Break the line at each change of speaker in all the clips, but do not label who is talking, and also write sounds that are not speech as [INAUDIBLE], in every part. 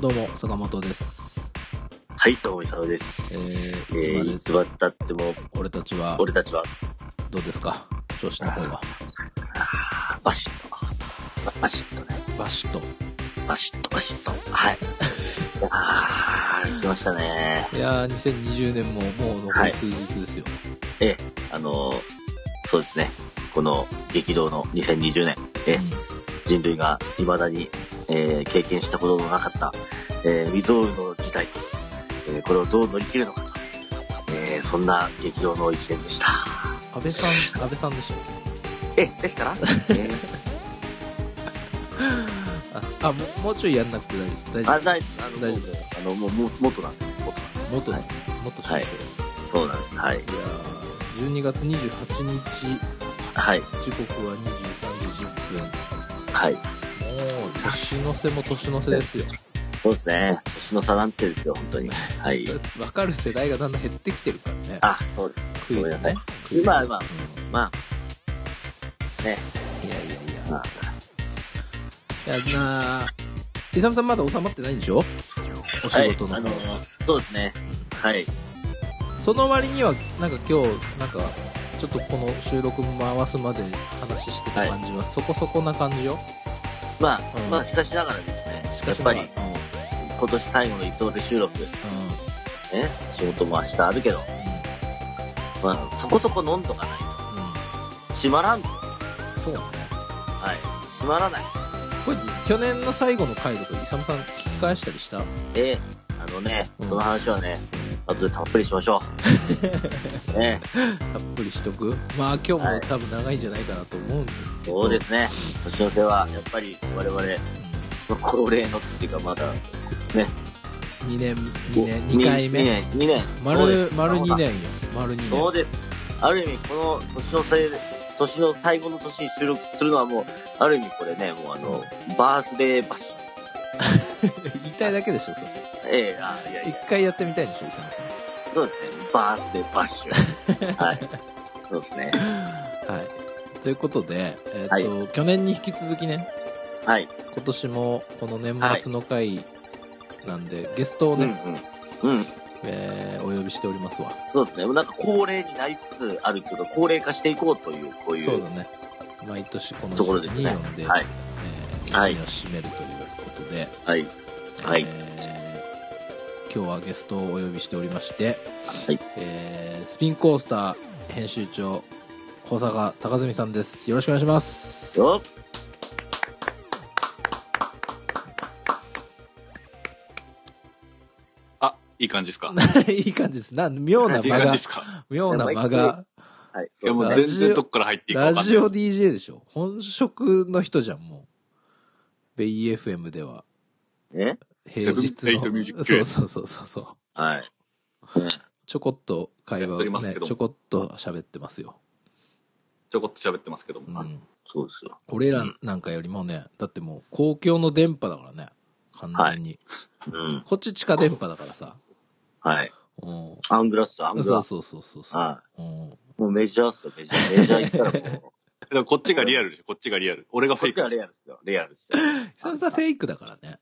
どうも、坂本です。
はい、どうも、イサウです。
えー、
え
いつま
ー、
で
いつまでたっても、
俺たちは
俺たちは、
どうですか調子の方は。
あバシッと、あバシッとね、
バシッと。
バシッと、バシッと。
[LAUGHS]
はい。あー、来ましたね。
いやー、2020年ももう残り数日ですよ。
え、あのー、そうですね。この激動の2020年、え、人類が未だに、えー経験したことのなかった、えー未曾有の事態、えーこれをどう乗り切るのかと、えーそんな激動の一年でした。
安倍さん、安倍さんでしたっ
え、で
[LAUGHS]
すから、えー
けあ、あもうもうちょいやんなくて大丈夫です。大丈
あ、大丈夫、あの、
大丈夫
もうあの、もう、もう元なんです、元なんで
夫。元、元首
はい
相。
はい
い
す。そうなんです、はい。
やー、12月28日、
はい、
時刻は23時
はい。
10分。もう、年の瀬も年の瀬ですよ。
そうですね。年の差なんてですよ、本当に。はい。
わかる世代がだんだん減ってきてるからね。
あ、そうです。
クイズ
ごめ
ね
んな。
クイズ
まあまあ
う
まあ、ね、
んいやいやいや。
まあ、
いや、なあ、イサムさんまだ収まってないんでしょお仕事の
はい、あ
方、
の、そうですね。はい。
その割には、なんか今日、なんか、ちょっとこの収録回すまで話してた感じは、そこそこな感じよ。
まあ、
うん
まあ、しかしながらですね、
しかし
や
なが
っぱ
ら
り、今年最後のイトール収録、ね、
う
仕事も明日あるけど、
ん。
まあ、そこそこ飲んどかない
うん。うん
と。閉まらんと。
そうね。
はい。閉まらない。
これ、去年の最後の回とか、イサムさん聞き返したりした
えー、あのね、
うん
その話はね、後でたっぷりしましょ
[LAUGHS]
う。ね、
たっぷりしとくまあ今日も多分長いんじゃないかなと思うんですけど。
そうですね。年の瀬は、やっぱり我々、まあ恒例のっていうか、まだ、
うん。2年、2年、2回
2
目。
年、2年。そう
丸、
です
丸2。年よ。丸2
そう
年。
です。ある意味、この年の最、年の最後の年に収録するのはもう、ある意味これね、もうあの、バースデーバッシュ。
言いたいだけでしょ、それ。
ええあ、いやい
一
や、
回やってみたいでしょ、イサムさん。
そうですね。バースデーバッシ
[LAUGHS]
ュ。はい。そうですね。
はい。ということで、えーっ、と、去年に引き続きね、
はい。
今年もこの年末の回なんで、ゲストを
うんう
ね、
ん。うん。
えーお呼びしておりますわ。
そうですね。なんか恒例になりつつあるというか、高齢化していこうという、こうい
そう
う
だね。毎年この
ところ
時
で
期
す
に
ね
呼んで、。
はい。
えー
はい
一年を締めるということで、
はい。はい。
えー今日はゲストをお呼びしておりまして、
はい。
えースピンコースター編集長、保坂隆澄さんです。よろしくお願いします。
よっ
あ、いい感じですか
[LAUGHS] いい感じです。な、妙ない
い
間
感じ
が
で、すか
妙な間が、
はい。
いやもう
ラジオ
全然どっから入っていいか
ラ
分かんな
ジ
い。
オ DJ でしょ。本職の人じゃん、もう。ベイ FM では、
ね。
平日
セブンエイトミュージッ
の。
ク
そうそうそうそうそう。
はい。
ちょこっと会話
やっており
を
ます
ね
けど、も
ちょこっと喋ってますよ。
ちょこっと喋ってますけど
う
も。
ん。
そうですよ。
俺らなんかよりもね、だってもう公共の電波だからね。完全に。
うん。
こっち地下電波だからさ。
はい。
うん。
アングラっすよ、アングラ。
そうそうそうそうそう。
は
うん。
い。もうメジャーっすよ、メジャー。メジャー行ったらもう、
だからこっちがリアルでしょ、こっちがリアル。俺がフ
こ
ェ
っ
イ
ち
ク
は。レアルっすよ、レアルっすよ。
久々フェイクだからね。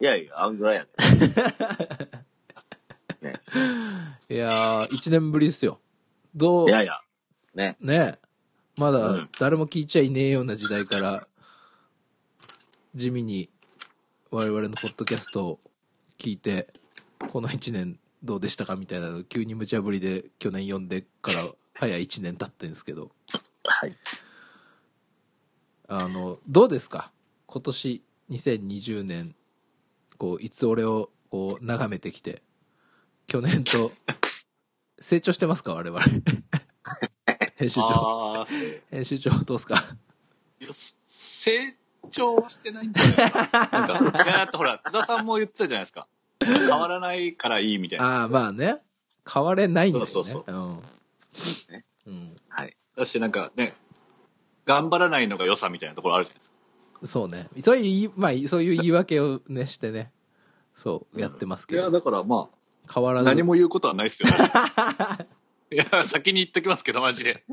いやいや、アングラやね。
いやー、一年ぶりですよ。どう
い、やいや、ね。
ねえ、ま
う
だ
ん
誰も聞いちゃいねえような時代から、地味に我々のポッドキャストを聞いて、この1年どうでしたかみたいなの急に無茶ぶりで去年読んでから早い1年経ってんですけど、
はい。
あの、どうですか今年2020年、こう、いつ俺をこう眺めてきて、去年
[LAUGHS]
と成長してますか我々。 [LAUGHS] 編集長。
あー
編集長どうですか
いや成長はしてないんじゃないですか。なんか、いやだってほら、津田さんも言ってたじゃないですか。変わらないからいいみたいな。
ああ、まあね。変われないんだよね。
そうそう
ね
うん。うん。
はい。
だし、なんかね、頑張らないのが良さみたいなところあるじゃないですか。
そうね。そういう言い、まあ、そういう言い訳をね、してね。そう、やってます
い
け
や、
ど。
だからま
変わら
あ、
ず。
何も言うことはないですよ。いや、先に言っときますけど、マジで。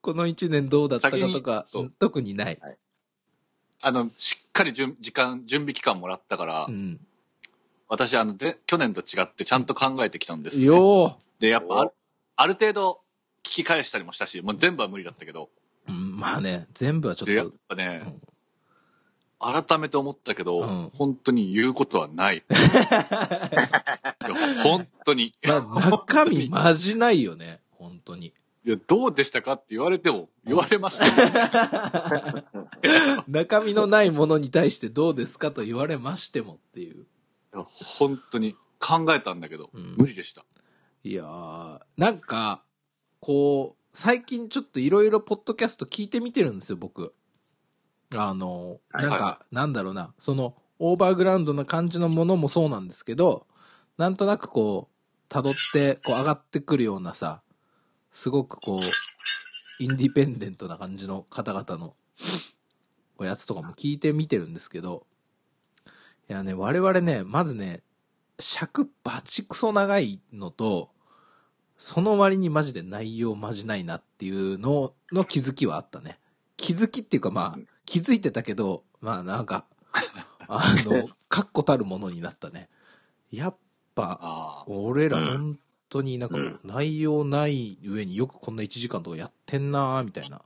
この一年どうだったかとか
先にそう、
特にない。
あの、しっかり準時間、準備期間もらったから、
うん。
私、あの、ぜ去年と違ってちゃんと考えてきたんですね、
よ
で、やっぱある、ある程度聞き返したりもしたし、もう全部は無理だったけど、
ー、うん、まあね、全部はち
でや
ょっ
っ
と、
ぱね、改めて思ったけど、
うん
本当に言うこと
[LAUGHS]
はない。いや本当に。
まあ、中身まじないよね、本当に。
いや、どうでしたかって言われても、言われましたよ。
中身のないものに対してどうですかと言われましてもっていう。
いや本当に。考えたんだけど、
うん
無理でした。
いやー、なんか、こう、最近ちょっといろいろポッドキャスト聞いてみてるんですよ、僕。あの、
はい
なんか、
は
なんだろうな、その、オーバーグラウンドな感じのものもそうなんですけど、なんとなくこう、辿って、こう上がってくるようなさ、すごくこう、インディペンデントな感じの方々の、おやつとかも聞いてみてるんですけど、いやね、我々ね、まずね、尺バチクソ長いのと、その割にマジで内容マジないなっていうのの気づきはあったね。気づきっていうかまあ、気づいてたけど、まあなんか、あの、確固たるものになったね。やっぱ、
ああ。
俺ら
うん
本当になんかこう
うん
内容ない上によくこんな1時間とかやってんなーみたいな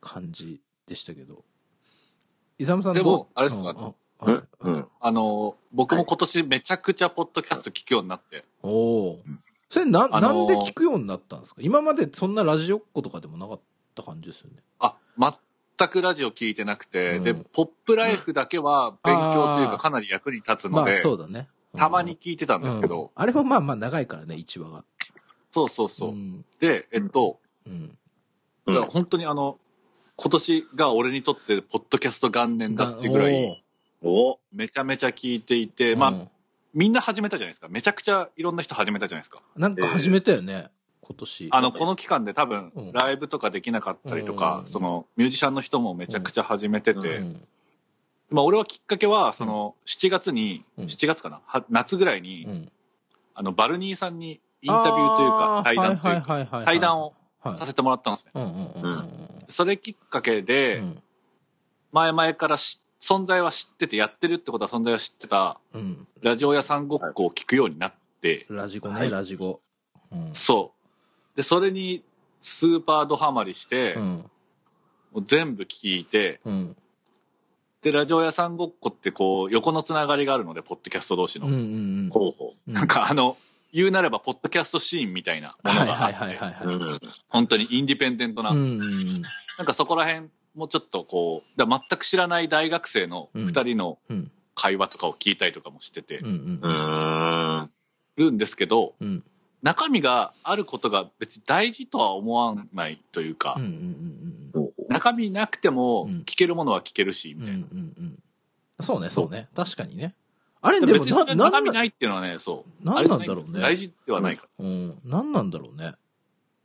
感じでしたけど。イサムさんどう
でもあれですか
うんうん
う
はい
ん。
あの、僕も今年めちゃくちゃポッドキャスト聞くようになって、
おお。それな、
あの
な
ー
んで聞くようになったんですか今までそんなラジオっ子とかでもなかった感じですよね。
あ、全くラジオ聞いてなくて、
うん
で、ポップライフだけは勉強という
あー
かかなり役に立つ
ま
の
あ
で、
そうだね。うん
たまに聞いてたんですけど、
うんあれもまあまあ長いからね、1話が。
そうそうそう。
ん
で、えっと、
うん。
うん
だから本当にあの、今年が俺にとってポッドキャスト元年だってぐらい、
お
めちゃめちゃ聞いてい
お
て、
ー
まあ、
うん
みんな始めたじゃないですか。めちゃくちゃいろんな人始めたじゃないですか。
なんか始めたよね、今年。
あの、この期間で多分
うん、
ライブとかできなかったりとか、
うん
その、ミュージシャンの人もめちゃくちゃ始めてて、
うん
まあ、俺はきっかけは、その、7月に、
うん
7月かなは夏ぐらいに、
うん
あの、バルニーさんにインタビューという
あー、
か対談というか、
はいはいはいはい
対談を
はい
させてもらったんですね。
うんうんうんうん
それきっかけ
う
で、
ん
前々からし存在は知ってて、やってるってことは存在は知ってた、
うん
ラジオ屋さんごっこを聞くようになって、
ラジゴ
は
ね、
い
ラジゴ。うん
そう。で、それに、スーパードハマりして、
うん
もう全部聞いて、
うん
で、ラジオ屋さんごっこってこう、横のつながりがあるので、ポッドキャスト同士
う
の。
んうん
ほうほ
うん。
なんかあの、言うなれば、ポッドキャストシーンみたいなもの
はい
があ
は
っ
いはい
て、
はいは
う。う
い。
ん。
本当にインディペンデントな、
うんうんうん
なんかそこら辺もちょっとこう、だから全く知らない大学生の
うん
2人の
うん
会話とかを聞いたりとかもしてて
うんうん
うーん。
るんですけど、
うん
中身があることが別に大事とは思わないというか
うんうんう、ん
ほうほう
中身なくても
うん
聞けるものは聞けるし、
うんうん
みたいな。
うんうんそうねそうね確かにねあれで
別
も
に
な
それ
な
中
ん
身
な
ないっていうのはね、そう。
なんなんだろうね
あれじゃない大事ではないから。
うんなんなんだろうね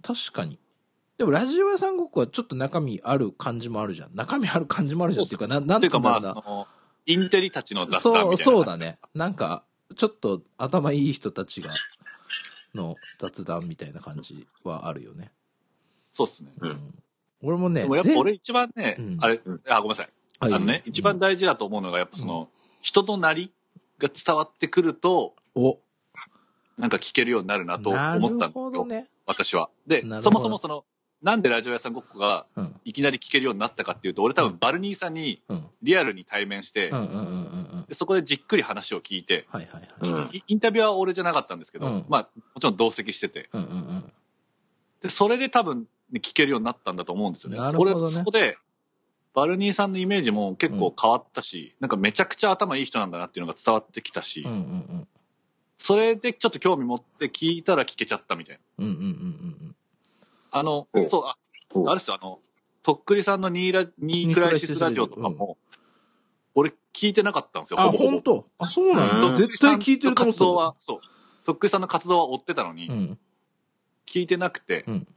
確かにでもラジオ屋さんごっこはちょっと中身ある感じもあるじゃん中身ある感じもあるじゃんっていうかなな
っ
ん
て
て
いう
言
か
うんだ
ま
ろ
あ、
う
そ
な
の、インテリたちの雑談みたい
そ
な。
う、そうだね。なんか、ちょっと頭いい人たちが、の雑談みたいな感じはあるよね。
そうっすね。
うん
俺もね、
でもやっぱ
全
俺一番ね
うん、
あれ
うん、
あ、ごめんなさい。
は
あ
い
のね、一番大事だと思うのが、やっぱその、人となりが伝わってくると、
お、
なんか聞けるようになるなと
な
思っ
る
たんです
ほど
よ、
ね。
私は。で
なるほど、
そもそもその、なんでラジオ屋さんごっこが
うん。
いきなり聞けるようになったかっていうと、俺多
うん
分バルニーさんに
うん。
リアルに対面して
う、んうんうんうんうん。
でそこでじっくり話を聞いて、
はいはいは
う
い。
ん。
イインタビュアーは俺じゃなかったんですけど、
うん
まあ、もちろん同席してて。
うんうん
で、それで多分、ね、聞けるようになったんだと思うんですよね。
なるほどね
俺そこで、バルニーさんのイメージも結構変わったし、なんかめちゃくちゃ頭いい人なんだなっていうのが伝わってきたし、
うん。うんうんうん。
それでちょっと興味持って聞いたら聞けちゃったみたいな。
うんうんうんうん
あの、
うん
そう、あ
ほう
あれですよ、あの、とっくりさんのニーラニークライシスラジオとか
ニーク
も、俺聞いてなかったんですよ、
あ、
ほぼほぼ
本当あ、そうなん
う
だ。
ん
絶対聞いてると思っ
とっくりさんの活
た
動は、そう。とっくりさんの活動は追ってたのに、
うん。
聞いてなくて、
うん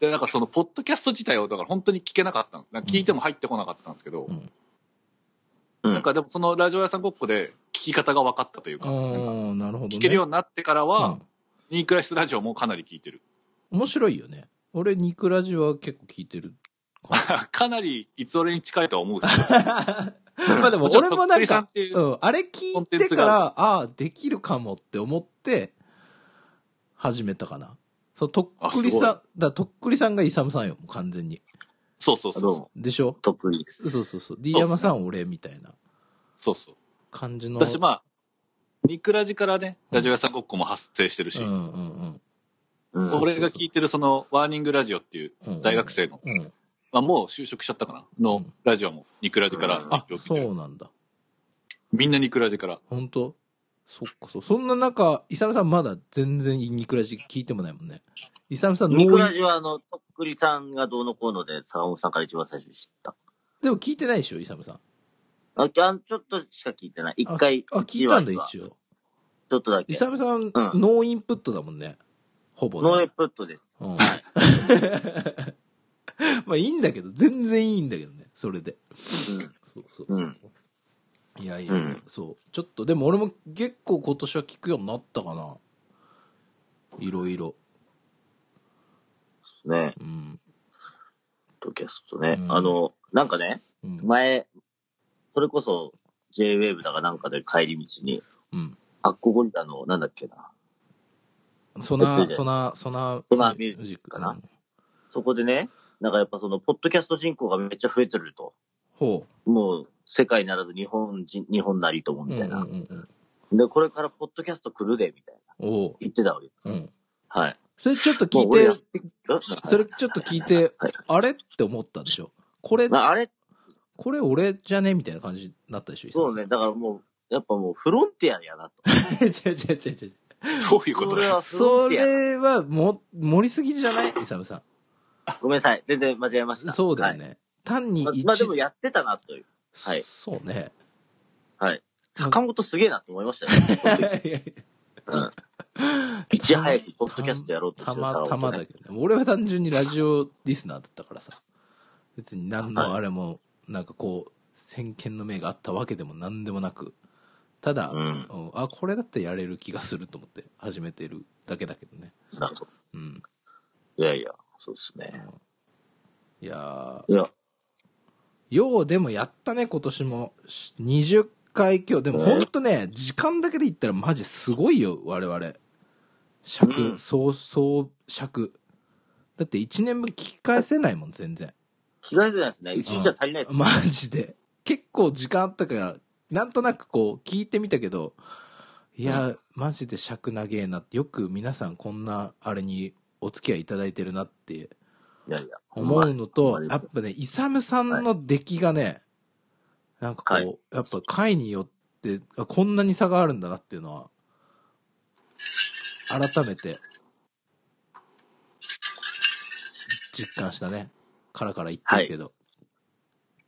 で、なんかその、ポッドキャスト自体を、だから本当に聞けなかったんです。なんか聞いても入ってこなかったんですけど、
うん
うん
なんかでもそのラジオ屋さんごっこで聞き方が分かったというか、なんか
ああ、なるほどね。
聞けるよ
う
うになってからは、
ん
ニークライスラジオもかなり聞いてる。
面白いよね。俺、ニクラジは結構聞いてるかな。
かなり、いつ俺に近いとは思うけど、 [LAUGHS]
まあ [LAUGHS] でも俺もなんか、
さっくりさんっていう
うん、あれ聞いてから、ああ、できるかもって思って、始めたかな。そう、とっくりさん、
あ
だからとっくりさんがイサムさんよ、もう完全に。
そうそう
あ
そ
どう
う。
も、
でしょ
トップリークス。
そうそうそう。D 山さん俺みたいな
そうそう。
感じの。
私まあ、ニクラジからね、ラジオ屋さんごっこも発生してるし、
うんうんうん
うん
そう
俺が聞いてるその、ワーニングラジオっていう、
うん。
大学生の、
うん。
まあもう就職しちゃったかな、
う
の
ん
ラジオも、ニクラジから
うん
あ
提、供してる
そうなんだ。
みんなニクラジから。
本当そっかそう。そんな中、イサムさんまだ全然ニクラジ聞いてもないもんね。イサムさんノー
ニクラジは、あの、とっくりさんがどうのこうので、坂本さんから一番最初に知った。
でも聞いてないでしょ、イサムさん。
あ、ちゃんちょっとしか聞いてない。一回、
あ、聞いたんだ、
じわ
一
じわ
応。
ちょっとだけ
イ。サムさん、ノーインプットだもんね。ほぼね。
ノーエプットです。
うん。まあいいんだ [LAUGHS] けど、全然いいんだけどね、それで。そうそうそう。
うん
いやいや、
うん
そう。ちょっと、でも俺も結構今年は聞くようになったかな。いろいろ。
うん。ね、
うん。
ポッドキャストね。
うん
あの、なんかね、
うん。
前、それこそ、JWAVE だかなんかで帰り道に、
うん。
アッコゴリラの、なんだっけな。
ソナ、ソナ、ソナ、
ソナミュージックかな
うん
そこでね、なんかやっぱその、ポッドキャスト人口がめっちゃ増えてると。
ほ
もう、世界ならず日本人、日本なりとも
う。
みたいな
うん。うんうんうん。
で、これからポッドキャスト来るで、みたいな。
おう。
言ってたわけです。
うん。
はい。
それちょっと聞
もう
い、
俺やっててき
それちょっと聞いて、
はい
あれって思ったでしょ。これ
ま、あ、あれ、
これ俺じゃねみたいな感じになったでしょ、イサ
そ
ム
う
さん
ね、だからもう、やっぱもうフロンティアやなと。
違う違う違う違う。
どういうことだ
俺
よ
[LAUGHS]
は。
それは、も、盛りすぎじゃ [LAUGHS] ないイサムさ
ごめんなさい、全然間違えまし
ん。
た。
そうだよ
はい
ね。単に
ま
一、
まあでもやってたなという。はい
そうね。
はい。
なん
坂本すげえなと思いましたよ、ねうん。いち早くポッドキャストやろうとして
た
る
ま
坂
たま
本、
だ
ね。
けどね。俺は単純にラジオリスナーだったからさ。別に何のあれも、なんかこう、先見の明があったわけでも何でもなく。ただ、
う
うん
ん。
あ、これだったらやれる気がすると思って始めてるだけだけどね。
なるほど。
うん。
いやいや、そうですね。
いやー、
いや、
ようでもやったね、今年も。し20回今日。でもほんとね、時間だけで言ったらマジすごいよ、我々。尺、
うん
そう、そう、尺。だって1年分聞き返せないもん、全然。
着替えてないですね。一日じゃ足りないです。
マジで。結構時間あったから、なんとなくこう、聞いてみたけど、いや、マジで尺長えなって、よく皆さんこんな、あれにお付き合いいただいてるなって
いやいや。
思うの
ほ
と、
んま
やっぱね、イサムさんの出来がね、なんかこう、
はい
やっぱ回によって、あこんなに差があるんだなっていうのは、改めて、実感したね。からから言ってるけど。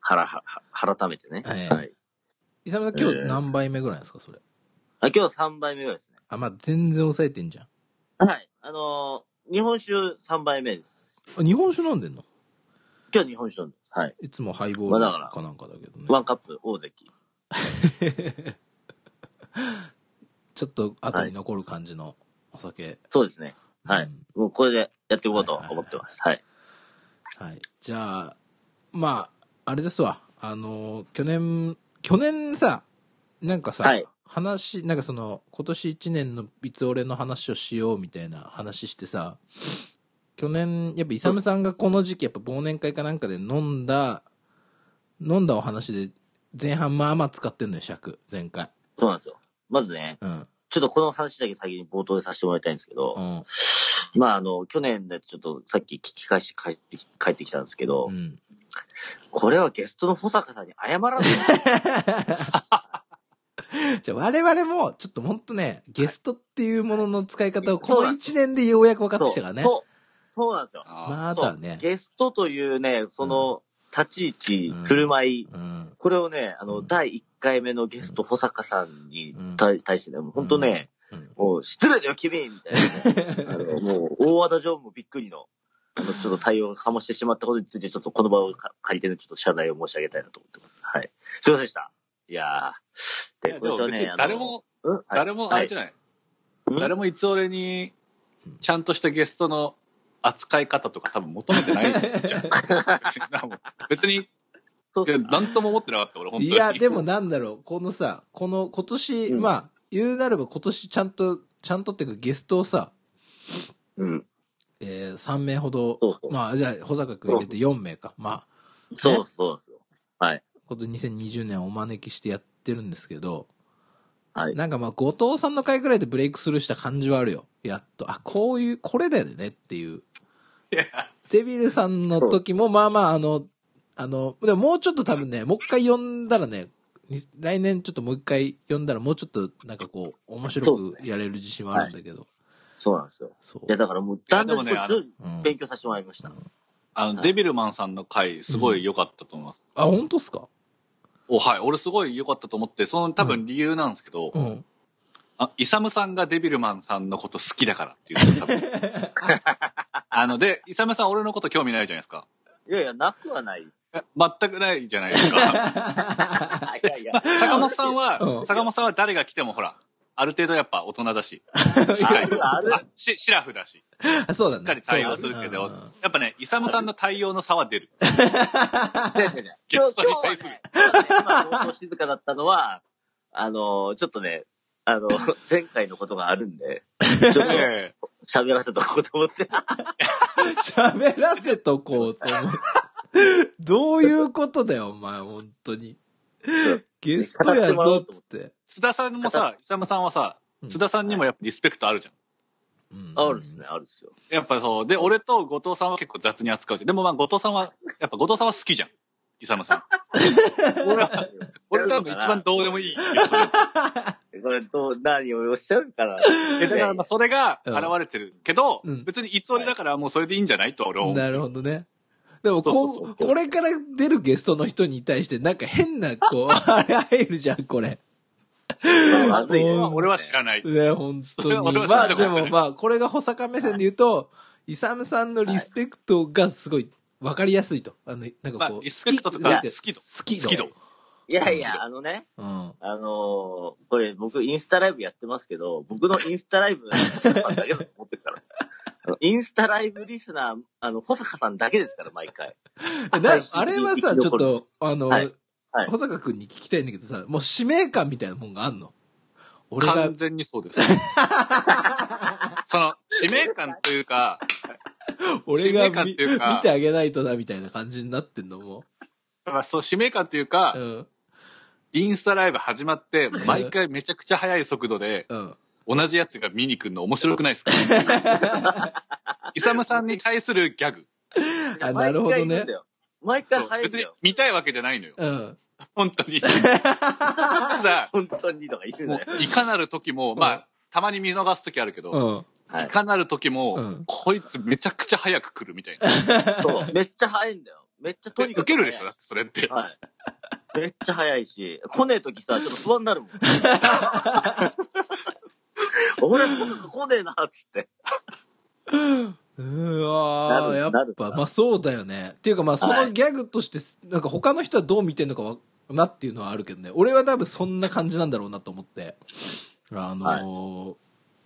腹、腹、腹ためてね。
はい
はい。
イサムさん今
え
日
ー
何杯目ぐらいなんですか、それ。
あ今日3杯目ぐらいですね。
あ、まあ、全然抑えてんじゃん
はい。あのー日本酒3杯目です。
あ。日本酒飲んでんの
今日日本酒飲んでます。はい。
いつもハイボール
まあだから
かなんかだけどね。
ワンカップ大関。
ちょっと後に残る感じのお酒。
そうですね。はい
うん
もうこれでやっていこうと思ってます。はい。
はい。じゃあ、まあ、あれですわ。あの、去年、去年さ、なんかさ、
はい
話、なんかその、今年1年のいつ俺の話をしようみたいな話してさ、去年、やっぱイサムさんがこの時期、やっぱ忘年会かなんかで飲んだ、飲んだお話で、前半まあまあ使ってんのよ、尺、前回。
そうなんですよ。まずね、
うん。
ちょっとこの話だけ先に冒頭でさせてもらいたいんですけど
う、ん。
まああの、去年でちょっとさっき聞き返して帰ってき帰ってきたんですけど、
うん。
これはゲストの保坂さんに謝
[LAUGHS]
らない。
[LAUGHS] じゃあ我々も、ちょっとほんとね、ゲストっていうものの使い方をこの1年でようやく分かってきたからね。
そうそうそうなんですよ。
あ
まだね
そう。ゲストというね、その、立ち位
うん
置、振る舞い、
うん。
これをね、あの、
うん
第1回目のゲスト保坂さんに
うん
対対してね、もう本当ね、
うん
もう失礼だよ君みたいな。
[LAUGHS]
あの、もう、大和田常務びっくりの、あの、ちょっと対応をかもしてしまったことについて、ちょっとこの場をか借りてね、ちょっと謝罪を申し上げたいなと思ってます。はい。すいませんでした。いやー。
ーでも別に誰、も、
今年はねあのうん
誰も、あれじゃない。
はい、
誰もいつ俺に、ちゃんとしたゲストの扱い方とか多分求めてないじゃん。別に、
そう
いや、なんとも思ってなかった、俺、本当に。
いや、でもなんだろう、このさ、この今年、
うん
まあ、言うなれば今年ちゃんと、ちゃんとっていうかゲストをさ、
うん。
えー、3名ほど、
そうそう
まあ、じゃあ、保坂君入れて4名か。まあ、
そうそうですよ。
今年2020年をお招きしてやってるんですけど、
はい。
なんかまあ、後藤さんの回くらいでブレイクスルーした感じはあるよ。やっと。あ、こういう、これだよねっていう。
いや
デビルさんの時も、まあまあ、あの、あの、でももうちょっと多分ね、もう一回呼んだらね、に来年ちょっともう一回呼んだらもうちょっとなんかこう、面白
そう
くやれる自信はあるんだけど。
そうなんですよ。
そう
いや、だからもう、だんだん
いやでもね
こう
うん
勉強させてもらいました。
あの、デビルマンさんの回、すごい良かったと思います。
あ、本当っすか
お、はい。俺、すごい良かったと思って、その多分理由なんですけど、
うん。
あ、イサムさんがデビルマンさんのこと好きだからっていう多分。
[LAUGHS]
あの、で、イサムさん俺のこと興味ないじゃないですか。
いやいや、なくはない。い
え全くないじゃないです
[LAUGHS]
か。
やいや。
坂本さん
うん
は、坂本さんは誰が来てもほら、ある程度やっぱ大人
[LAUGHS]
だし、しっか
あ
り
るある
あしシラフだし、
あそうだね。
しっかり対応するけ
そ
ど、
うだね
やっぱね、イサムさんの対応の差は出る。
いやいやいや
ゲストに
今日
対する
今はね、今相当静かだったのは、あの、ちょっとね、あの、前回のことがあるんで、ちょっと
ええ
喋らせとこうと思って。
うん喋らせとこうと思う。どういうことだよ、お前、本当に。ゲストやぞ、っつって。
津田さんもさ、イサムさんはさ
うん、
津田さんにもやっぱリスペクトあるじゃん。
うん
あるっすね、。あるっすよ。
やっぱそう。で、俺と後藤さんは結構雑に扱うじゃん。でもまあ後藤さんは、やっぱ後藤さんは好きじゃん。イサ
[LAUGHS]
ムさん。俺は、俺多分一番どうでもいい。
これ、どう、何をおっしゃるから。
えだからまあそれが現れてるけど、
うん
別にいつ俺だからもうそれでいいんじゃないとは俺は思う。
なるほどね。でもこう
そうそうそう
これから出るゲストの人に対して、なんか変な、
[LAUGHS]
こう、あれ入るじゃん、これ。
まずいね
うん
俺は知らない。
ね、本
それ
当
は
に。
[LAUGHS] 俺は知
ま
ら
あ、
なかった
で
ね
もまあ、これが保坂目線で言うと、イサムさんのリスペクトがすごい分かりやすいと。あの、なんか
まあ
こう、
リスペクトと
か
なん
好き度
好き度。
好き度。
いやいや、あのね、
うん。
あのーこれ僕インスタライブやってますけど、僕のインスタライブなんだけど思ってるから。あのインスタライブリスナー、あの、保坂さんだけですから、毎回。
なあれはさ、ちょっと、あの、
はいはい
保坂くんに聞きたいんだけどさ、もう使命感みたいなもんがあんの俺が
完、全にそう
[LAUGHS]
です。その、使命感というか、
俺が
使命感
見
っていうか
見てあげないとな、みたいな感じになってんのも
まあそう使命感というか、
う。うん。
インスタライブ始まって、毎回めちゃくちゃ速い速度で、
うん。
同じやつが見に来るの面白くないですか
[LAUGHS]
イサムさんに対するギャグ。
あなるほどね
毎回言うんだよ。毎回入るん
別
だ
に
よ。
見たいわけじゃないのよ。
うん。
本当
[LAUGHS]
に。ただ、
本当にとか言うん
も
だよ。
ういかなる時も、
うん
まあ、たまに見逃す時あるけど、
うん。
はい
い、かなる時も、
うん
こいつめちゃくちゃ早く来るみたいな。
そう。めっちゃ早いんだよ。めっちゃ [LAUGHS] と
で
にか
受
く早
け
い。
るでしょだってそれって。
はい。めっちゃ早いし、来ねえときさ、ちょっと不安になるも
[LAUGHS]
ん。俺、保坂来ねえな、つって。
うわーやっ
なる
ぱ、
なる
まあそうだよね。っていうかまあそ
は
の
い
ギャグとして、なんか他の人はどう見てんのかわなっていうのはあるけどね。俺は多分そんな感じなんだろうなと思って。あのー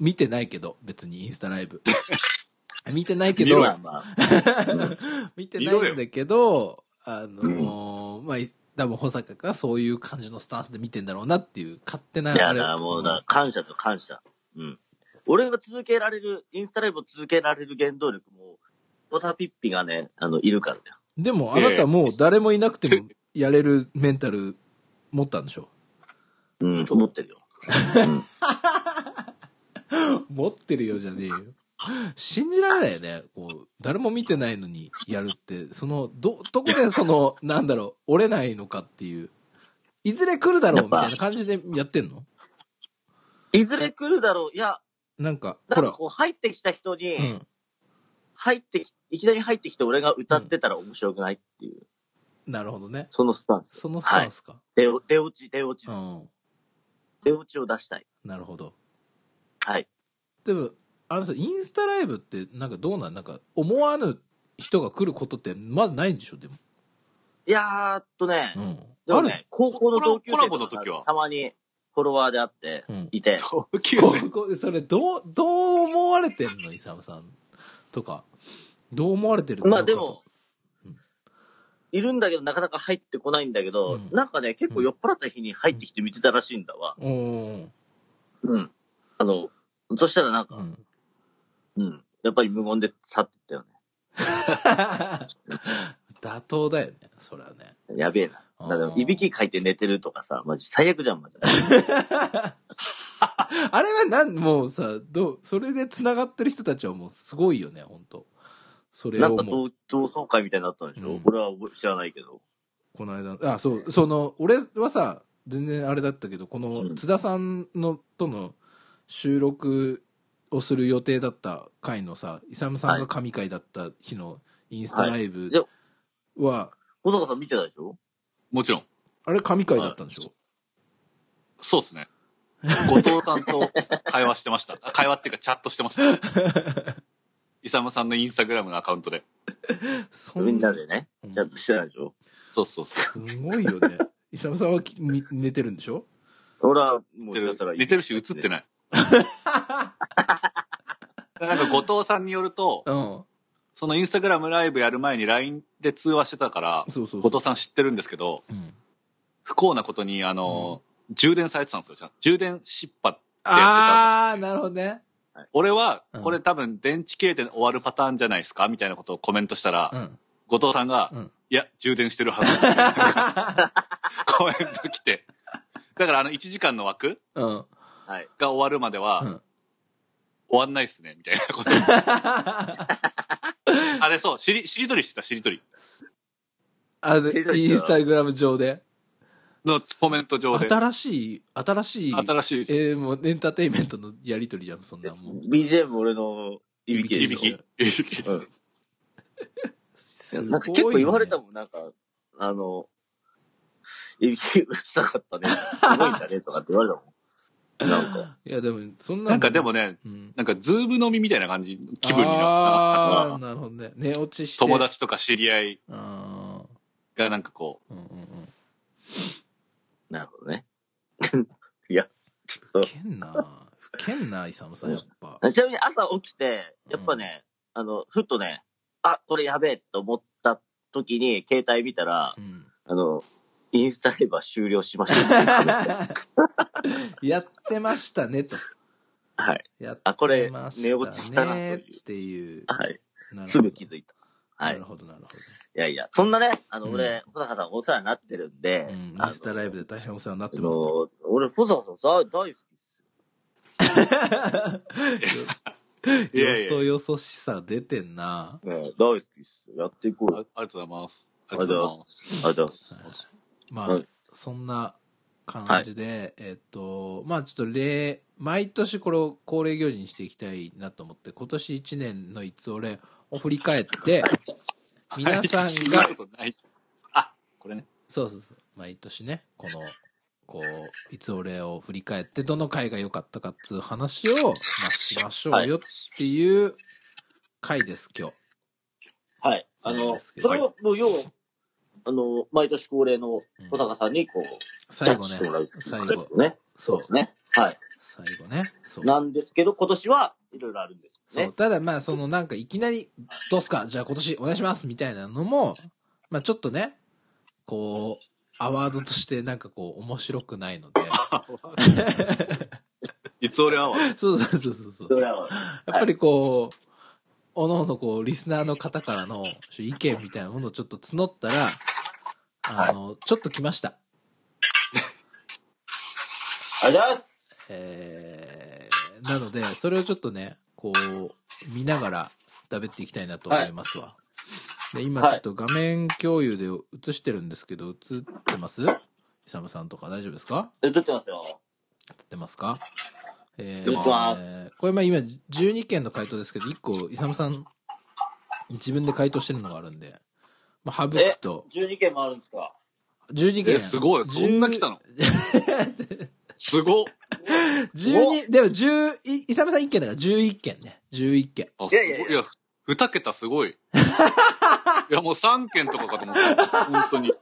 見てないけど、別にインスタライブ。 [LAUGHS] 見てないけど、
見ろ
まあ
[LAUGHS]
よ
まあ。
見てないんだけど、あのーまあ、い多分保坂がそういう感じのスタンスで見てんだろうなっていう勝手ない
や
あれ
な、もうな、感謝と感謝。うん。俺が続けられる、インスタライブを続けられる原動力も、ポタピッピがね、あの、いるからだよ。
でもあなたもう誰もいなくてもやれるメンタル持ったんでしょ
うん、思ってるよ。
[LAUGHS] 持ってるよじゃねえよ。信じられないよね。こう、誰も見てないのにやるって、その、ど、どこでその、なんだろう、折れないのかっていう。いずれ来るだろうみたいな感じでやってんの
いずれ来るだろう。いや、
なんか、
な
ほ、
んからこう入ってきた人に、
うん。
入ってき、いきなり入ってきて俺が歌ってたら面白くないっていう、
なるほどね。
そのスタンス。
そのスタンスか。
出お出落ち、出落ち、
うん。
出落ちを出したい。
なるほど。
はい。
でも、あのさ、インスタライブって、なんかどうなんなんか、思わぬ人が来ることって、まずないんでしょでも。
いやーっとね、
うん。
で
あ
も
る
ね、高校の同級生
コラボの
とか
時は
たまにフォロワーであって、
うん。
いて、
同級
こ
生。
こそれ、どう、どう思われてんのイサムさんとか。どう思われてるの
まあでも、いるんだけど、なかなか入ってこないんだけど、
うん
なんかね、結構酔っ払った日に入ってきて見てたらしいんだわ。
おー
うん。あの、そしたらなんか、
うん。
うん。やっぱり無言で去ってったよ
[LAUGHS] 妥当だよね、それはね。
ね。やべえな。だから、いびきかいて寝てるとかさ、マジ最悪じゃん、マジで。
あれはなん、もうさ、どう、それで繋がってる人たちはもうすごいよね、本当それ
な
を
んか
もう、
同同窓会みたいになったんでしょ、
うん
俺は知らないけど。
この間、あ、そう、その、俺はさ、全然あれだったけど、この津田さんの、との収録をする予定だった回のさ、イサムさんが神回だった日のインスタライブ
はい
は、
小坂さん見てたでしょ
もちろん。
あれ神回だったんでしょ、
そうで
[LAUGHS]
すね。後藤さんと会話してました。会話っていうかチャットしてました。
[LAUGHS]
イサムさんのインスタグラムのアカウントで。
そ
みんなでね、
うん
ちゃんとしてたでしょ
そうそうそう。
すごいよね。 [LAUGHS] イサムさんはきみ寝てるんでしょ
俺はもう
寝
ひ
て
た
る
すら
寝てるし映って
い。
ない。 [LAUGHS] なんか後藤さんによると、
うん。
そのインスタグラムライブやる前に LINE で通話してたから、
そうそうそ
後
う。
藤さん知ってるんですけど、
うん
不幸なことに、あの、充電されてたんですよちゃん。充電失敗。
あー、なるほどね。
俺は
うん、
これ多分電池切れて終わるパターンじゃないですかみたいなことをコメントしたら、
うん。
後藤さんが、
うん
いや、充電してるはず。コメント来て。だからあの1時間の枠
うん。
はい。
が終わるまでは、
うん
終わんないっすね、みたいな
[LAUGHS]
こと。あれそう、しり、しりとりしてた、しりとり。
あの、インスタグラム上で。
のコメント上で。
新しい、新しい、
新しい。
えーもうエンターテインメントのやりとりじゃん、そんなもう。
BGM 俺のいびき
い
で
び
し
き。いびき。
ょ。うん。
すごいね
なんか結構言われたもん、なんか、あの、いびきうるさかったね。すごいんだね、とかって言われたもん。なんか、
いや、でも、そんな
なんかでも、ね、
うん。
なんかズーム飲みみたいな感じ、気分になった
あー、なるほどね。寝落ちして。
友。達とか知り合い
あ
がなんかこ
ー。うんうんうん。
なるほどね。いや、ちょっ
けんなふけんなイサムさん、やっぱ。
と。ちなみに朝起きて、やっぱね、あの、ふっとね、あ、これやべえと思った時に、携帯見たら
う、ん。 [LAUGHS]
あの、インスタライブは終了しました。
やってましたね、と。
はい。
やって
あこれ
ま
寝落ちしたなと
ね
いう
っていう。
はい。
なるほど
すぐ気づいた。は
ないる。ほど、なるほ
いやいや、そんなね、あの、
うん
俺、小坂さんお世話になってるんで、
ど。うん。
あ
イ
の
ンスタライブで大変お世話になっ
あ
てますね。
の、俺、小坂さん大大好きっ
いやいや
よそよそしさ出てんな。
す。ね、大好きっす。やっていこう
う、あ
よ。
ありがとうございます。あ
あ
り
り
が
がとう
とうご
ございますあ
ざいま。
りがとうございます。
まあ、
はい
そんな感じで、えっと、まあちょっと例、毎年これを恒例行事にしていきたいなと思って、今年1年のいつ俺を振り返って、皆さんが
はい聞いたことないあ、これね。
そうそうそう。毎年ね、この、こう、いつ俺を振り返って、どの回が良かったかっつう話を、まあ、しましょうよっていう回です、今日。
はい。あ
そう
の、
ですけど
それを、もう、要は、あの、毎年恒例の
うん
小坂さんに、こう、
最後
ジャッジ
ね
してもらう、
最後、
ね。
そう
で、すね。はい。
最後ね、そう。
なんですけど、今年はいろいろあるんです
そ
よ
う、
ね。
ただまあ、そのなんかいきなり、どうすかじゃあ今年お願いしますみたいなのも、まあちょっとね、こう、アワードとしてなんかこう、面白くないので、
いつ俺はわ
そうそうそうそうそう
そ。れは、
やっぱりこう、おのおのこう、リスナーの方からの意見みたいなものをちょっと募ったら、あの、ちょっと来ました。
ありがとうございます。
えー、なので、それをちょっとね、こう、見ながら食べていきたいなと思いますわ。で、今ちょっと画面共有で映してるんですけど、映ってますイサムさんとか大丈夫ですか
映ってますよ。
映ってますかえ
映ってま
ー、これまあ今12件の回答ですけど、1個、イサムさん、自分で回答してるのがあるんで、まあ、省くと、
12件もあるんですか。
12件。
えすごいそんな来
[LAUGHS]
たのすごっ
12、でも10、いイサムさん1件だから11件ね。11件。
あ、
い
すご
や
い。
い
い
やいや
や、二桁す [LAUGHS] ごい。いや、もう三件とかかと思った。本当に。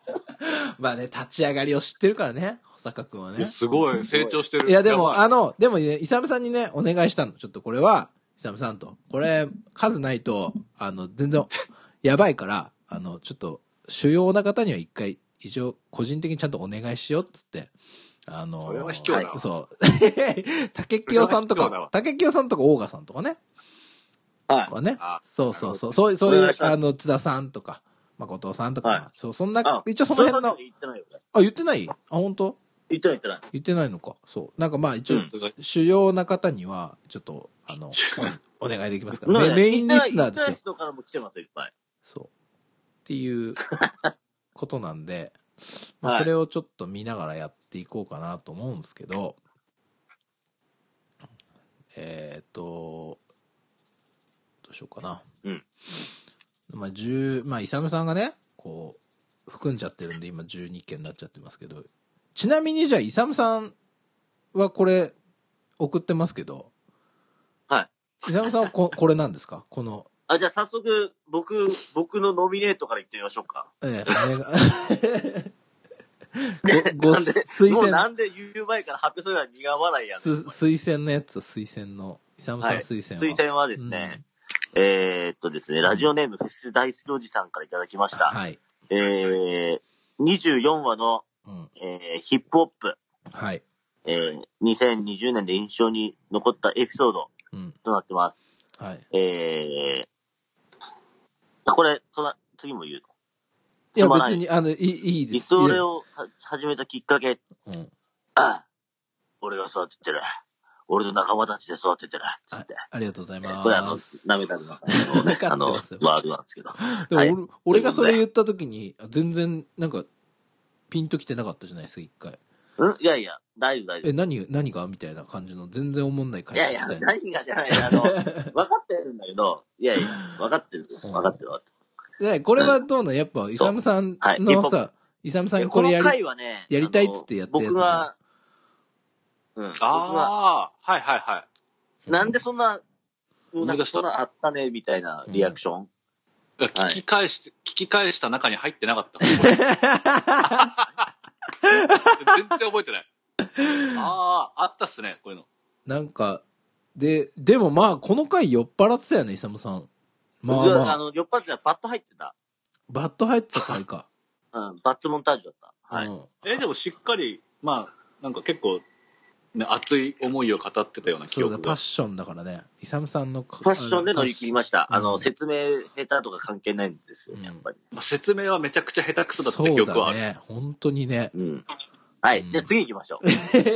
まあね、立ち上がりを知ってるからね、保坂くんはい
や
ね。
すごい、成長してる。
いや、でも、
ばい
あの、でもね、イサムさんにね、お願いしたの。ちょっとこれは、イサムさんと。これ、数ないと、あの、全然、やばいから、あの、ちょっと、主要な方には一回、一応、個人的にちゃんとお願いしようっつって、あのー、
それは卑怯だわ
そう。 [LAUGHS] 竹清さんと
それは卑怯だ
か
わ、
竹清さんとか、オーガさんとかね。
はい
とかね
あ。
そうそうそう。
なるほ
そう
ど
いう、そう
お願
い、
いうします
あの、津田さんとか、誠さんとか、
はい
そう、そんな
あ、
一応その辺の
そ、れまで言ってないよ、ね。
あ、言ってないあ、本当
言ってない言ってない。
言ってないのか。そう。なんかまあ、一
う
応
ん、
主要な方には、ちょっと、あ
[LAUGHS]
の、お願いできますから。
なん
メ
か
メ
ね
インリスナーですよ
言っ。てない人からも来てますよ、いっぱい。
そう。っていうことなん
[LAUGHS]
で、ま
は
あ、
い
それをちょっと見ながらやっていこうかなと思うんですけど、えーっと、どうしようかな。
うん
まあ、十、まあ、イサムさんがね、こう、含んじゃってるんで、今12件になっちゃってますけど、ちなみにじゃあ、イサムさんはこれ、送ってますけど、。
はい
イサムさんはこ、これなんですかこの、
あ、じゃあ早速、僕、僕のノミネートから言ってみましょうか。
ええ、お願
[LAUGHS]
い。ご、ご、
なんで
推
もう
薦、
なんで言う前から発表するのは苦笑いやん。
す推薦のやつ、推薦の、イサムさん
はい
推薦は。
推薦はですね、えーっとですね、ラジオネームフェス大好きおじさんからいただきました。
はい。
えー、24話の、
うん。
えーヒップホップ、
はい。
えー、2020年で印象に残ったエピソード
うん。
となってます。
はい。
えー、これ、その次も言う。
いや、
すまな
別
い
に、あの、いいいいで
リ
す。
トレをは始めたきっかけ、
いやうん。
ああ俺が育ててる。俺と仲間たちで育ててる。つって。
ありがとうござい
これあ
ま
の、
す。
涙の中のね、
わか
あの、
ってますよ
ワードなんですけど。
でも
はい
俺、俺がそれ言った時に、全然、なんか、ピンときてなかったじゃないですか、一回。
うんいやいや、大丈夫大丈
え、何、何がみたいな感じの、全然思んない
夫。
返
い
し
やい
てき
や
た、よね。
何がじゃない、あ
[LAUGHS]
の、分かってるんだけど、いやいや、分かってる、分かってる、分かってる。
で、これはどうなんやっぱ、イサムさん
はい
のさ、イサムさんこれや
この
り、
回はね、
やりたいっつってやったやつ
あの僕は、うん、僕は、
ああ、はいはいはい。
なんでそんな、もうなん
思い出
か
した
そんなあったね、みたいなリアクション。
聞き返して、聞き返した中に入ってなかった。
[LAUGHS]
全然覚えてない。ああ、あったっすね、こういうの。
なんか、で、でもまあ、この回酔っ払ってたよね、イサムさん。まあ
僕は、
ま
あ
あ、
の、酔っ払ってたらバット入ってた。
バット入った回か。
うん、バッツモンタージュだった。 [LAUGHS] はい。
うん
え、でもしっかり、まあ、なんか結構、ね、熱い思いを語ってたような
そ
記
うだ、
憶
パッ
が。
ションだからね。イサムさんのフ
ファッションで乗り切りました。
うん
あの、説明下手とか関係ないんですよね、やっぱり。
まあ説明はめちゃくちゃ下手くそだった
そ
記
う
憶はあ
だ
る。
ね。本当にね。
うん。はい。
うん
じゃあ次行きましょ
[LAUGHS]
う。
い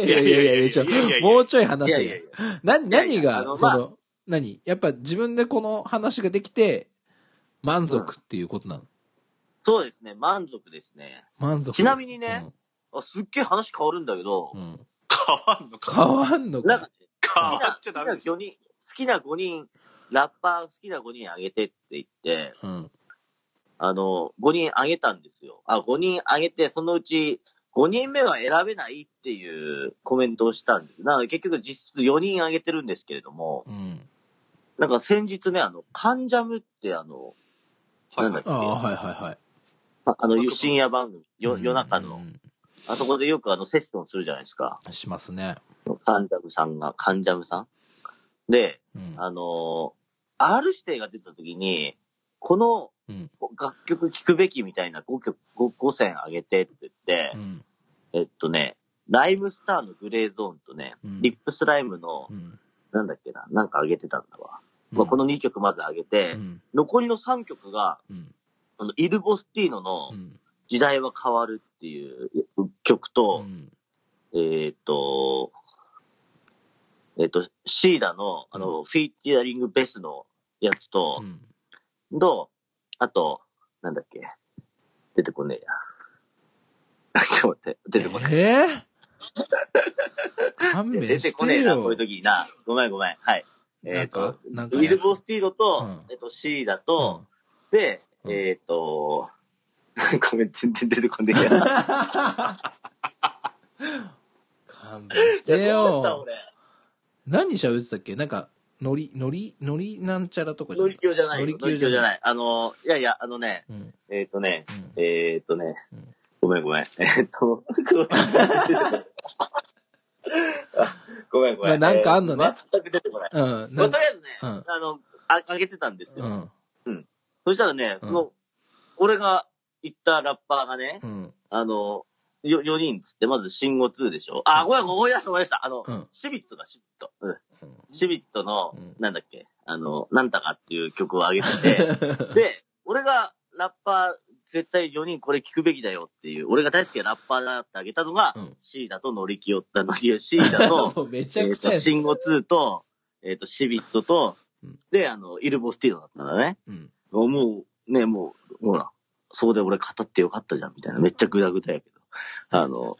やいやいやいやちょ
いやいやいやいや
もうちょい話
いや
せ
いやい
よ。
や。
な、
やいや
何
あ
が、
のまあ
その、何やっぱ自分でこの話ができて、満足っていうことなの。
そうですね、満足ですね。
満足。
ちなみにねあ、すっげえ話変わるんだけど
うん。、うん。
変わんのか。
変わんの
なん
か
か。、好
変
き
わ
な
っちゃ
好きな
ダメです。
4人、好きな5人、ラッパー好きな5人あげてって言って、
うん。
あの、5人あげたんですよ。あ、5人あげて、そのうち、5人目は選べないっていうコメントをしたんです。なので結局実質4人あげてるんですけれども、
うん。
なんか先日ね、あの、カンジャムってあの、
はい
なんだっ
ああ、はいはいはい。
ああの、深夜番組、よ夜中
う
の、
ん
あそこでよくあの、セッションするじゃないですか。
しますね。
カンジャムさんが、カンジャムさん。で、
うん。
あのー、R 指定が出た時に、この
うん
楽曲聴くべきみたいな5曲、5, 5選あげてって言って、
うん。
えっとね、ライムスターのグレーゾーンとね、
うん
リップスライムの
う、ん。
なんだっけな、なんかあげてたんだわ。まあ、この2曲まずあげて、
うん。
残りの3曲が、
うん。
あのイルボスティーノの
うん。
時代は変わるっていう曲と、えーっと、えーっと、シーダの、あの、フィーチャリングベースのやつと、と、あと、なんだっけ、出てこねえや。 [LAUGHS] ちょっと待って、出てこね
ええ勘
え。
弁
出て
し
こね
て
えな、こうい
よ
う。時にな。ごめんごめん。はい。え
な
っ、
ん
と
か、、なんか
ウィ
や
ルボスティードと、
うん
えっと、シーダと、で、
うん
えっ、と、 [LAUGHS] ごめん、全然出てこね
[LAUGHS]
えや。
勘弁して
どうした
よ。
俺。
何喋ってたっけなんか、のり、のり、のりなんちゃらとかじゃな
乗り
い
気じゃないよ。乗り
乗り気じ
気じ
ゃない
ゃない。あの、いやいや、あのね、
うん。
えっ、とね、
うん
えっ、とね、
うん
ごめんご [LAUGHS] めん。えっ、と、ごめん
[LAUGHS]
ごめん。
まあなんかあんのね
えー全く出てこない。
うん。
ま
な
あ、
ん
と
か
りあえずね、
うん
あのあ、あげてたんですよ。
うん。
そしたらね、
うん
その、俺が行ったラッパーがね、
うん。
あの、よ、4人つって、まず、シンゴ2でしょあ、ごめん、思い出した、思い出した。あの、
うん。
シビットだ、シビット。うん。
うん
シビットの
うん、
なんだっけ、あの、なんたかっていう曲を上げて
[LAUGHS]
て、で、俺がラッパー、絶対4人これ聞くべきだよっていう、俺が大好きなラッパーだってあげたのが、
うん
シーダとノリキヨ
[LAUGHS]
だ、ノリキヨ、シーダと、
もうめちゃ
え
く
っ
ちゃ
と、
や
シンゴ2と、えっ、と、シビットと
うん、
で、あの、イルボスティーノだったんだね。
うん。
もう、ね、もう、ほら、そうで俺語ってよかったじゃん、みたいな。めっちゃグダグダやけど。あの、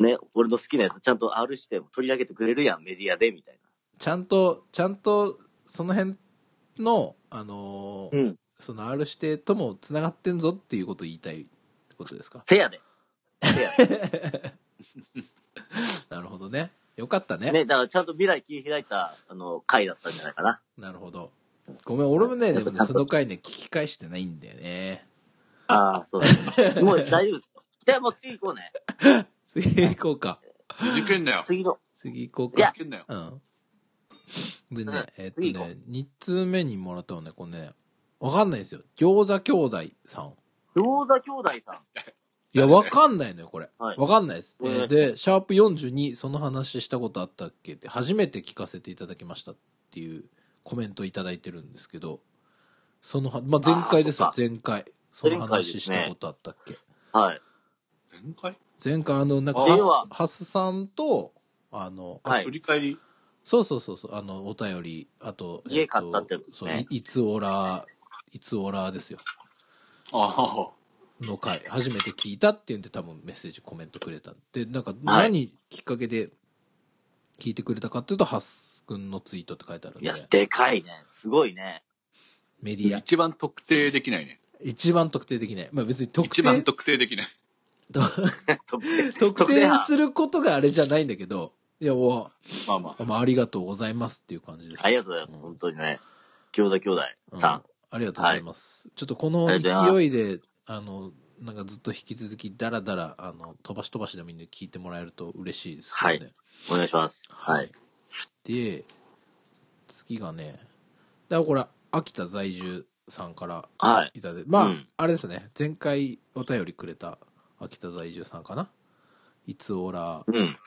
ね、俺の好きなやつちゃんと R しても取り上げてくれるやん、メディアで、みたい
ちゃんと、ちゃんと、その辺の、あのー
な。うん。
その R 指定とも繋がってんぞっていうことを言いたいってことですか。
せやで。せや
なるほどね。よかった
で。
ね。
ね、だからちゃんと未来切り開いた、あの、回だったんじゃないかな。
なるほど。ごめん、俺もね、でも
ち
ね
ゃんと
その回ね、聞き返してないんだよね。 [LAUGHS]
ああ、そうだ、ね。もう大丈夫ですよ。じゃあもう次行こうね。
次行こうか。
事件だよ。
次の。
次行こう
い
か
や。
事件だよ。
うん。で
うん
ね、えっと
次行こ
ね、2通目にもらったのね、これね、わかんないんですよ。餃子兄弟さん。
餃子兄弟さん。
いや、わかんないのよ、これ。
はい
わかんないです。え
お願
ー
いします
で、シャープ42、その話したことあったっけって、初めて聞かせていただきましたっていうコメントいただいてるんですけど、そのは、まあ、前回ですよ
あ、
前回。その
前回です
話
ね
したことあったっけ。
はい。
全開
前回、あの、なんか
あ
ハ
では
ス、ハスさんと、あの、
は
振
い。
り返り。
そうそうそうそう、あの、お便り、あと、
家
えと
買ったってやつですね
そうい、いつオラ、いつオラですよ、
あ
の回、初めて聞いたっていうんで多分メッセージ、コメントくれた。で、なんか、
はい
何きっかけで聞いてくれたかっていうと、ハッス君のツイートって書いてあるん
い
で
や、、でかいね。すごいね。 [LAUGHS]
メディ
あ。
ア、
一番特定できないね。
一番特定できない。まあ別に特
一
定、
番特定できない。
特
特定特定
定
派
することがあれじゃないんだけど、いや、も
まあま
う、まあ、ありがとうございますっていう感じです。
ありがとうございます。本当にね。餃子兄弟
うん
さん
あ。りがとうございます。ちょっとこの
ありがとうございま
勢いで、あの、なんかずっと引き続き、だらだら、あの、飛ばし飛ばしでもいいんで聞いてもらえると嬉しいですよね。
お願いします。はい。。
で、次がね、だからこれ、秋田在住さんから
はい。
いただいて、まあ、
うん
あれですね、前回お便りくれた秋田在住さんかな。いつオラ、
うん。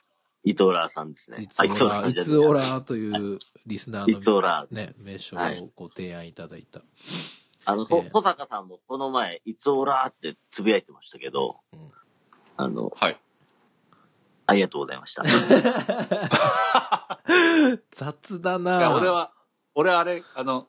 伊藤ラーさんですね。
いつ
あ
オラ、いつオ。ラというリスナー
伊藤
の
ラー。
ね、名称
は
を
い
ご提案いただいた。
あの、ほ
ええ
保坂さんもこの前、いつオラーってつぶやいてましたけど、
うん
あの、
あ。はい。
ありがとうござい
[LAUGHS]
ました。
雑だ
いや
な
俺は、俺はあれ、あの、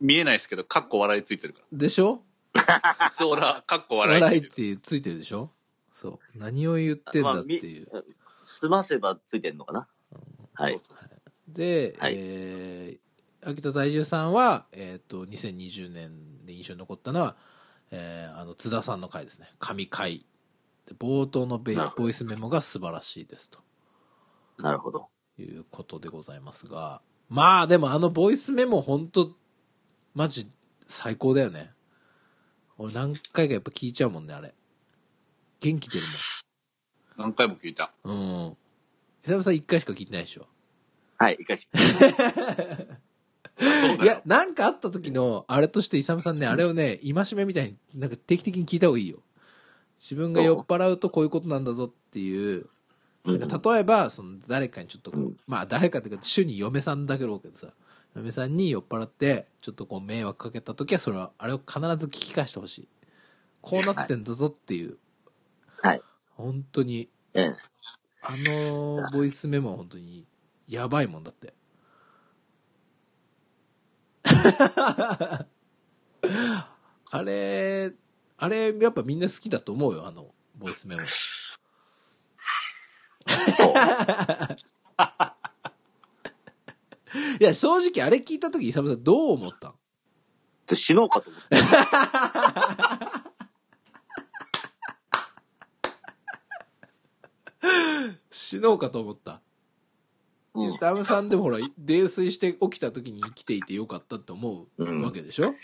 見えないですけど、カッコ笑いついてるか
でしょ
ら。そう、俺は、カッコ笑いつ
笑い
い
って
る。
てついてるでしょそう。何を言ってんだっていう。
まあみ済ませばついてんのかなはい。
で、
はい
えー秋田在住さんは、えっ、と、2020年で印象に残ったのは、えーあの、津田さんの回ですね。神回。で冒頭のベイ
なるほ
ボイスメモが素晴らしいです。と
なるほど。
いうことでございますが。まあ、でもあのボイスメモほんと、マジ最高だよね。俺何回かやっぱ聞いちゃうもんね、あれ。元気出るもん。
何回も聞いた。
うん。久々一回しか聞いてないでしょ。
はい、いかし。
そう
い
だ
や
よ。、
なんかあった時の、あれとして、イサムさんね、あれをね、戒めみたいに、なんか定期的に聞いた方がいいよ。自分が酔っ払うとこういうことなんだぞっていう、
うん
なんか例えば、その誰かにちょっとこう、
うん
まあ誰かっていうか、主に嫁さんだけどけどさ、嫁さんに酔っ払って、ちょっとこう迷惑かけた時は、それは、あれを必ず聞き返してほしい。こうなってんだぞっていう。
はい。
本当に、
ええ
あのーボイスメモは本当に、やばいもんだって。 [LAUGHS] あれ、あれ、やっぱみんな好きだと思うよ、あの、ボイスメモ。
そう。
いや、正直あれ聞いた時、イサムさんどう思ったん
で死のうかと思って。
死のうかと思った。
うん
イサムさんでもほら、泥酔して起きた時に生きていてよかったって思
う
うんわけでしょ、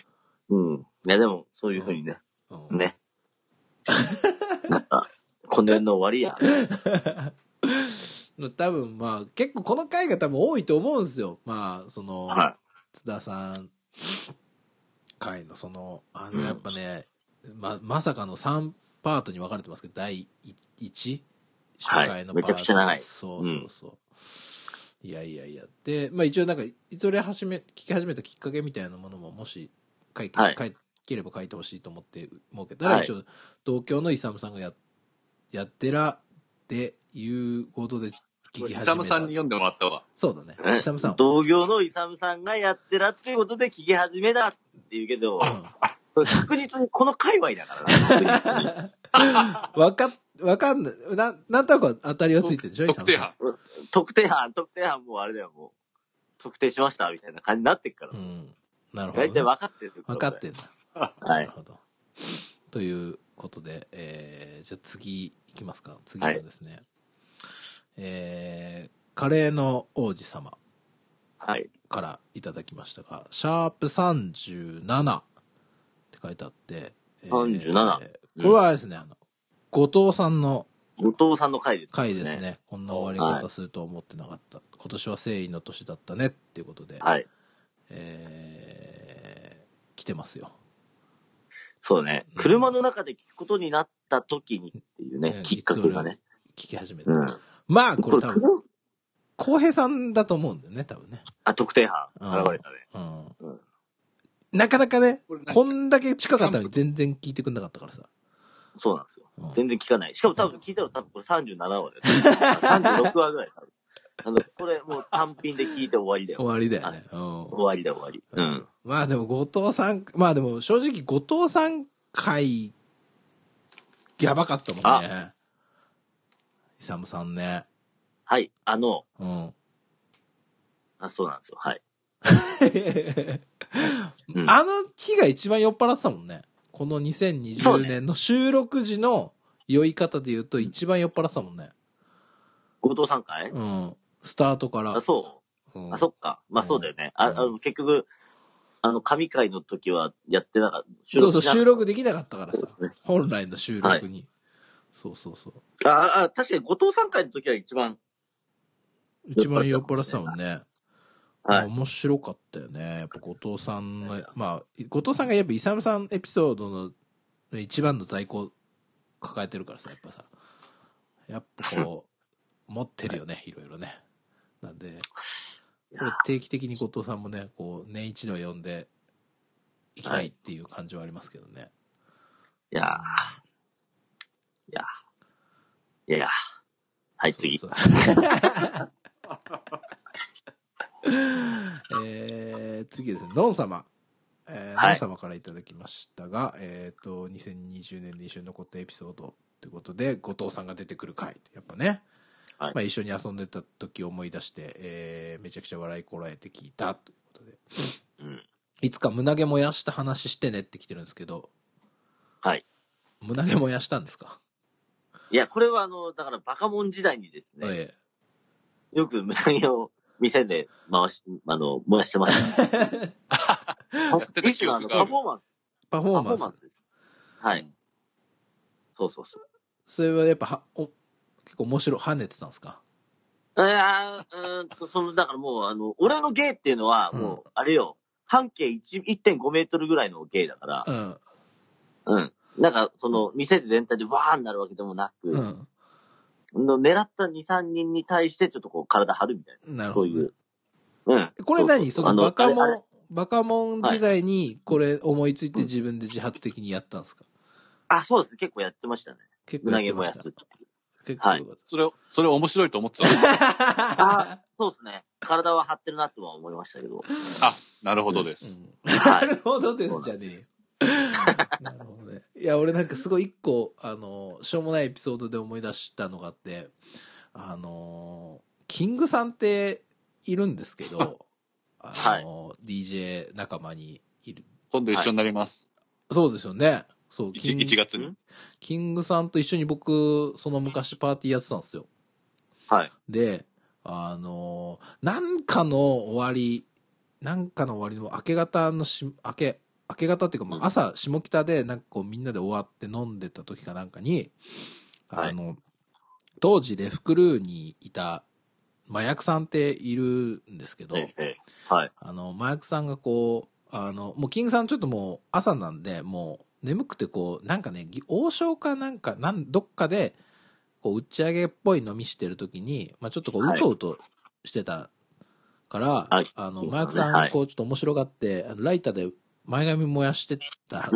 うん。いや、でも、そういうふうにね、
うん
ね。なんか、この世の終わりや。
多分まあ、結構この回が多分多いと思うんですよ。まあ、その、
は
津田さん会のその、あの、
うん
やっぱね、ま、まさかの3パートに分かれてますけど、第 1? 初
はい
回のパー
め
ト。
ちゃくちゃ長い
そうそうそう。いやいやいや。で、まあ一応なんか、それ始め、聞き始めたきっかけみたいなものも、もし書いて、
はい
書ければ書いてほしいと思って設けたら、
はい
一応、東京のイサムさんがや、やってら、で、いうことで聞き始めた。
イサムさんに読んでもらった方が。
そうだね。イサムさんを。
同業のイサムさんがやってらっていうことで聞き始めだって言うけど、
う
確実にこの界隈だからな確実に。
んわか、わかんない。な、なんとなくは当たりはついてるでしょ、イサ
特
ム
定
さん
班。。
特定班、特定班もうあれだよ、もう。特定しましたみたいな感じになってっから
う。ん。なるほどね、
大体分かってる。
分かっ。てんだ。
は
ないる。ほど。ということで、えー、じゃあ次いきますか。次のですね。えー、カレーの王子様
はい。
からいただきましたが、シャープ37って書いてあって、えー
37
これはあれですね、あの、後藤さんの
後藤さんの回です、
回ですね。。こんな終わり方すると思ってなかった。今年は誠意の年だったねっていうことで、
はい。
えー、来てますよ。
そうね。車の中で聞くことになった時にっていうね
う、ん
きっかけがね。
聞き始めた。
うん。
まあ、これ多分、
車
浩平さんだと思うんだよね、多分ね。
あ、特定班。
うん
現れたね。
うん。
うん
なかなかね、
これなんか
こんだけ近かったのに全然聞いてくんなかったからさ。
そうなんですよ。
うん
全然聞かない。しかも多分聞いたの多分これ37話
[LAUGHS]
だよ。36話ぐらい多分。あの、これもう単品で聞いて終わりだ
終
よ。
わりだよね。うん
終わりだ終わり。うん。
まあでも、後藤さん、まあでも、正直、後藤さん回、やばかったもんね。イサムさんね。
はい。あの、
うん。
あ、そうなんですよ。はい。ん
あの日が一番酔っ払ってたもんね。この
そう
2020
ね
年の収録時の酔い方で言うと一番酔っ払ってたもんね。
後藤さんかい
うん。スタートから。
あ、そうう。
ん
あ、そっか。まあそうだよね。あ、あの、結局、あの、神会の時はやってなかった。
そうそう、収
録
録できなかったからさ
そうですね。
本来の収録に。そうそうそう。
しなかった。あ、あ、確かに後藤さん会の時は一番、
一番酔っ払ってたもんね。
はい。
面白かったよね。やっぱ後藤さん
は
の
い、
まあ、後藤さんがやっぱイサムさんエピソードの一番の在庫を抱えてるからさ、やっぱさ。やっぱこ
[LAUGHS]
う、持ってるよね、いろいろね。なんで、これ定期的に後藤さんもね、こう、年一の呼んで、いきたいっていう感じはありますけどね。
いやーいやーいやいやーはい、次。
そうそうえー次ですね、ノン様。えー
はい
ノン様からいただきましたが、えっ、と、2020年で一緒に残ったエピソードということで、後藤さんが出てくる回。やっぱね。
はい
まあ一緒に遊んでた時を思い出して、えーめちゃくちゃ笑いこらえて聞いたということで。
うん。
いつか胸毛燃やした話してねって来てるんですけど。
はい。
胸毛燃やしたんですか、
いや、これはあの、だからバカモン時代にですね、
え
よく無駄毛を店で回し、あの、燃やしてました。 [LAUGHS]
やってた
一
記
種のあの
憶があ
パ
る
フ。ォーマンス、
えパフォ
パ
ー
フ
マ
ォ
ン
ー
ス
マンスです。はい。そうそうそう。
それはやっぱは、お、結構面白い、跳ねてたんですか
いやーうーんと、その、だからもう、あの、俺の芸っていうのは、もう、あれよ、半径1 1.5メートルぐらいの芸だから
う、ん。
うん。なんか、その、店で全体でわーになるわけでもなく、
うん。
の狙った2、3人に対して、ちょっとこう、体張るみたい
なる
な、
ほ
そう
ど
い
ね、
う。うん。
これ何
う
そう
あ
のバカ
あれあれ
モン、バカモン時代にこれ思いついて自分で自発的にやったんですか
あ、そうです。結構やってましたね。
結構
う
やっ
なぎ
てま
燃
した。
やす。
結
はい
構。
それを、それ面白いと思ってた。
[LAUGHS]
あそうですね。体は張ってるなとは思いました
[LAUGHS]
けど。
あ、なるほどで
う
す。
んな
はい。
るほどです、じゃねえよ。なるほどね。いや、俺なんかすごい一個、あの、しょうもないエピソードで思い出したのがあって、あの、キングさんっているんですけど、あの、DJ 仲間にいる。
今度一緒になります。
そうですよね。そう、キ
1,
ン
1月に。
キングさんと一緒に僕、その昔パーティーやってたんですよ。
はい。
で、あのーなんかの終わり、なんかの終わりの明け方のし、明け、明け方っていうか、ま
う
あ、
ん
朝、下北で、なんかこうみんなで終わって飲んでた時かなんかに、あの、当時レフクルーにいた麻薬さんっているんですけど、
ええ。はい。
あの、麻薬さんがこう、あの、もうキングさんちょっともう朝なんで、もう眠くてこう、なんかね、ぎ王将かなんか、なん、どっかで、こう、打ち上げっぽい飲みしてるときに、まあちょっとこう、
は
う
い
とうとしてたから、
はい
あの、
そうですね
マークさ
は
ん、
い
こう、ちょっと面白がって、あのライターで前髪燃やしてた。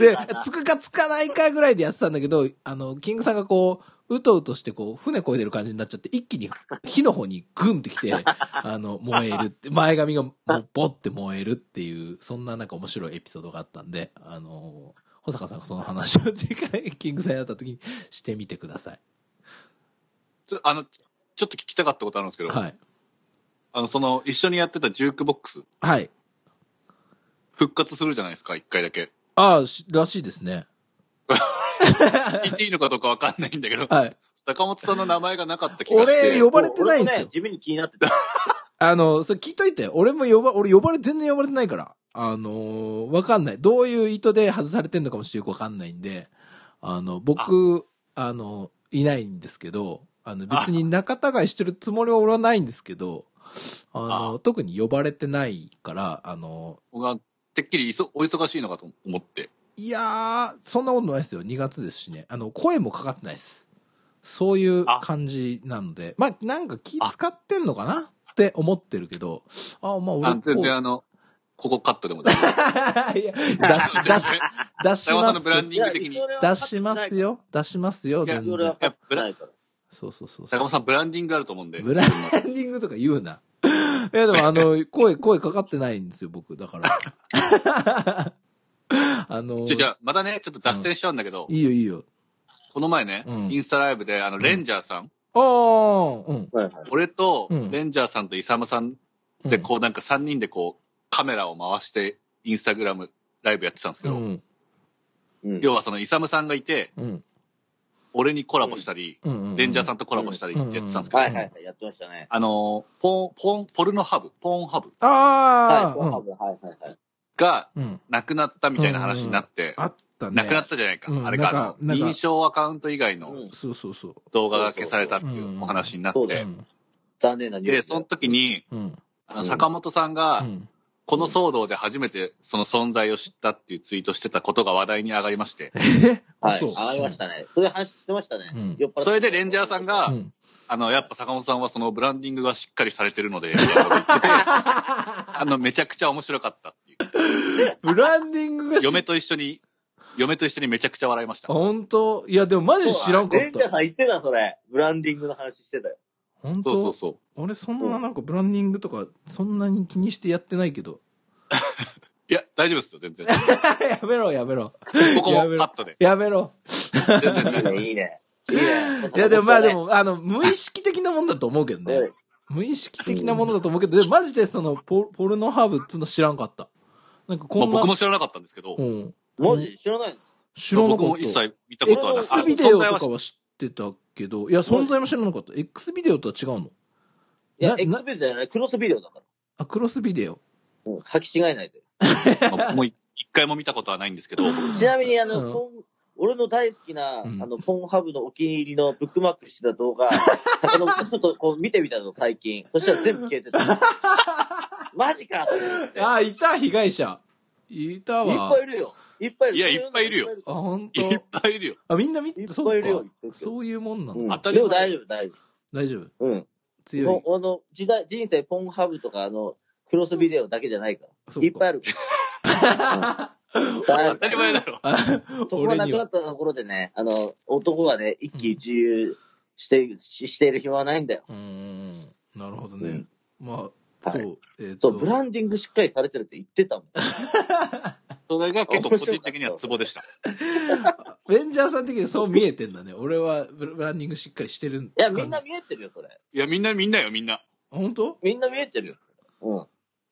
で、つくかつかないかぐらいでやってたんだけど、あの、キングさんがこう、うとうとしてこう、船こいでる感じになっちゃって、一気に火の方にグンってきて、あの、燃えるって、前髪がもうボって燃えるっていう、そんななんか面白いエピソードがあったんで、あの、保坂さんがその話を次回、キングさんやった時にしてみてください。
ちょあの、ちょっと聞きたかったことあるんですけど、
はい。
あの、その、一緒にやってたジュークボックス、
はい。
復活するじゃないですか、一回だけ。
ああ、しらしいですね。
言っていいのかどうかわかんないんだけど、
はい。坂
坂本さんの名前がなかった気がして。
俺呼ばれてないんですよ
俺もね地味に気になってた。
あの、それ聞いといて。俺も呼ば、俺呼ばれ、全然呼ばれてないから。あのーわかんない。どういう意図で外されてんのかもしれよくわかんないんで、あの、僕、あの、いないんですけど、あの、別に仲違いしてるつもりは俺はないんですけど、あの、特に呼ばれてないから、あの、
僕がてっきりいそお忙しいのかと思って。
いやー、そんなことないですよ。2月ですしね。あの、声もかかってないです。そういう感じなので、まあ、なんか気使ってんのかなって思ってるけど、あ、まあ俺
あ
こう、
全然あの、ここカットでも大
[LAUGHS]
丈夫。
いや出
[LAUGHS]
し、出し、出し
坂本さ
ま
んの
す
ブ。ランディング的に。
[LAUGHS] 出します。よ。出しますよ、
いや
全
それは
然。
勝って [LAUGHS] ないから。
そうそうそうそ
坂
う
本。さんブランディングあると思うんで。
ブランディングとか言うな。 [LAUGHS] いや、でもあの、声、声かかってないんですよ、僕。だから。 [LAUGHS] あの、
じゃじゃまたね、ちょっと脱線しちゃうんだけど、
いいよ、いいよ。
この前ね、
うん
インスタライブで、あの、
ん
レンジャーさん、
あー、うん。
はいはい。
俺と
うん、
レンジャーさんとイサムさん
うん
で、こうなんか3人でこう、カメラを回して、インスタグラムライブやってたんですけ
う
ど、
ん。
うん
要はそのイサムさんがいて、
うん。
俺にコラボしたり、
うん。うん。
レンジャーさんとコラボしたりってやってたんですけど、
はいはいはい。やってましたね。
あのー、ポン、ポン、ポルノハブ、ポーンハブ
あ
はい。
ー、
ご飯もはいはいはい。
が
うん。うん。
なくなったみたいな話になって、
あったね。
なくなったじゃないか。
うん
あれか、あの
なんかなんか
認証アカウント以外の
うん
そうそうそう。
動画が消されたっていうお話になって、
そう
う
だ
ん。
残念なニュース。
で、その時に、
うん。
あの坂本さん
う
が、
ん。
この騒動で初めてその存在を知ったっていうツイートしてたことが話題に上がりまして、
えあ
はい。
そう
上がりましたね。そういう話してましたね
うん。
酔っ払って
それでレンジャーさんが、
うん。
あの、やっぱ坂本さんはそのブランディングがしっかりされてる
[LAUGHS]
ので、みたいなこと言っててあの、めちゃくちゃ面白かったっていう。
ブランディングがし
嫁と一緒に、嫁と一緒にめちゃくちゃ笑いました。
本当いや、でもマジで知らんかっ
レンジャー
た。
さん言ってた、それ。ブランディングの話してたよ。
本
そうそ
当
うそう。
俺そんななんかブランディングとか、そんなに気にしてやってないけど。
いや、大丈夫ですよ、全
[LAUGHS]
然。
やめろ、やめろ。
ここもカットで。
やめろ。
全
いい
然大丈夫
ね、いいね。いいね
いや、でもまあで、も、あの、無意識的なもんだと思うけど
うん
ね。無意識的なものだと思うけど、でマジでそのポ、ポルノハーブっつうの知らんかった。なんか [LAUGHS] こ
まあ
んな。
僕も知らなかったんですけど、
うん。
マジ知らないの
知らな
僕
か
も
っ
一
た。
切見たことはなく
X
て
ビデオ
あ存在
と
は
かは知ってたけど、いや、存在も知らなかった。X ビデオとは違うの
いや
な、な
X ビデオじゃない、クロスビデオだから。
あ、クロスビデオ。
うん、履き違えないで。
まあ僕も一回も見たことはない
[LAUGHS]
んですけど、
ちなみに、あの、
うん
ポン俺の大好きな、
うん
あの、ポンハブのお気に入りのブックマークしてた
[LAUGHS]
動画、あのちょっとこう見てみたの、最近。そしたら全部消
[LAUGHS]
えてた。マジかと思って。いっ
あ、いた、被害者。いたわ。
ぱいいるよ。いっぱいいる。
いやいっぱいいるよ
あ、本
い
当。
っぱいいるよ。
あ、みんな見
い
て、
っ
そ
ぱいういるよ
か。。そういうもんなの。
うん
当たり前
でも大丈夫、大丈
大丈夫。
夫。うん。
強い
も。うあの、時代、人生ポンハブとか、あの、クロスビデオだけじゃないか
そ
ら。いっ
[LAUGHS]
ぱいある。
当たり前だろ。
あ
そこが
俺
な
に
くな
は。
ったところでね、あの、男はね、一喜一憂して、ししている暇はないんだよ。
うーん。なるほど
う
ね
ん。
まあ、そ
は
う。えっと。
そう、ブランディングしっかりされてるって言って
[LAUGHS]
たもん。
それが結構個人的にはツボ
[LAUGHS]
でした。
レンジャーさん的にそう見えてんだね。俺はブラブランディングしっかりしてる。い
いや、みんな。見えてるよ、それ。
いや、みんなみんなよ、みんな。
本当
みんな見えてるよ。うん。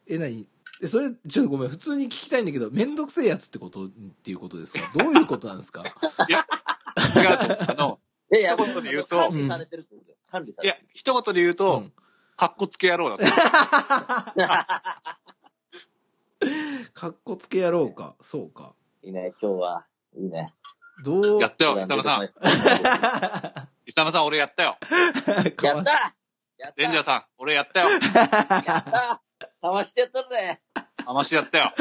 え、なにえ、それ、ちょっとごめん。普通に聞きたいんだけど、めんどくせえやつってことっていうことですかどういうことなんですか
違うと。あの、
いやいや、
一言で言うと
管理されてるってことだよ。管理さ
い
れ
や
てる。、
一言で言う
う
と、
[LAUGHS]
ん。
かっこつけ野郎だった。
かっこつけやろうか。そうか。
いいね、今日は。いいね。
どう
や、ったよ、
ブ
イサ
ランディン
ム
グ
さん。イサムさん、俺やったよ。
[LAUGHS] か
や
わ
っ
い
たやった
レンジャーさん、俺やったよ。
やったかましてやったぜ。
[LAUGHS]
あましやったよ。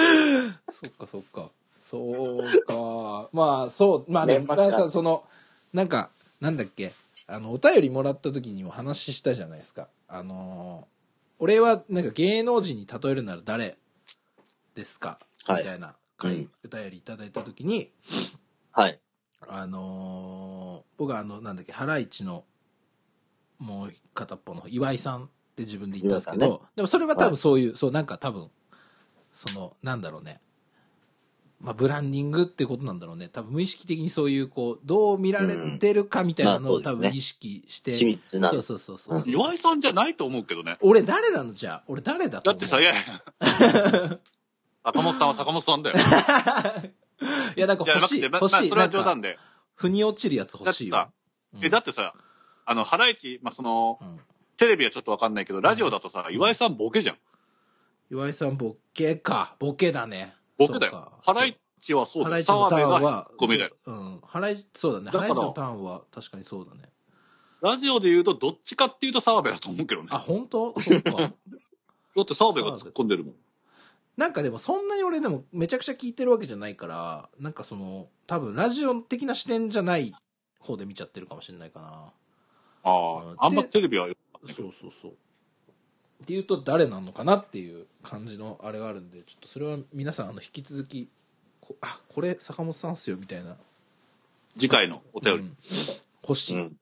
そっかそっか。そうか。まあ、そう。まあね、
年
ま
末か
あさ、その、なんか、なんだっけ。あの、お便りもらった時にも話したじゃないですか。あのー俺は、なんか芸能人に例えるなら誰ですか
は
み
い
た。いな回、
うん
お便りいただいた時に、
はい。
あのー僕はあの、なんだっけ、ハライチの、もう片っぽの岩井さんって自分で言ったんですけど、
岩井
でもそれは多分そういう、そう、なんか多分、その、なんだろうね。まあ、ブランディングってことなんだろうね。多分無意識的にそういう、こう、どう見られてるかみたいなの
う
を
んまあ
多
そうで
分
すね
意識して。
緻密な
そうそうそうそう。
うん
岩井さんじゃないと思うけどね。
俺誰なのじゃあ俺誰だと
だ
思
っ
う
てさ、いやいや。
[LAUGHS]
坂本さんは坂本さんだよ。
いや、なんか
じゃ
欲
なく
しい。
て、ま
欲
まあ
しい。
それ
な
は
ん
冗
か
談、で。
腑に落ちるやつ欲しいわ。
え、だってさ、あの、ハライチ、まあ、その、
うんうん
テレビはちょっとわかんないけど、ラジオだとさ、岩井さんボケじゃん。
岩井さんボケか。ボケだね。
ボケ
そ
だ
う
よ
か。
ハライチはそう
ハ
だ
ラ
よ。
イチのターン
澤部が
は
ツッ、コミだよ。
そううん。ハライチ、そうだね。
だか
ハ
ら
ライチのターンは確かにそうだね。
ラジオで言うと、どっちかっていうと澤部だと思うけどね。
あ、本当そっ
[LAUGHS]
か。
だって澤部が突っ込んでるもん。
なんかでもそんなに俺でもめちゃくちゃ聞いてるわけじゃないから、なんかその、多分ラジオ的な視点じゃない方で見ちゃってるかもしれないかな。
ああ、あんまテレビはよかったけど
そうそうそう。っていうと誰なのかなっていう感じのあれがあるんで、ちょっとそれは皆さんあの引き続き、こあ、これ坂本さんっすよみたいな。
次回のお便
う
り。
ん欲し
う
い。
ん。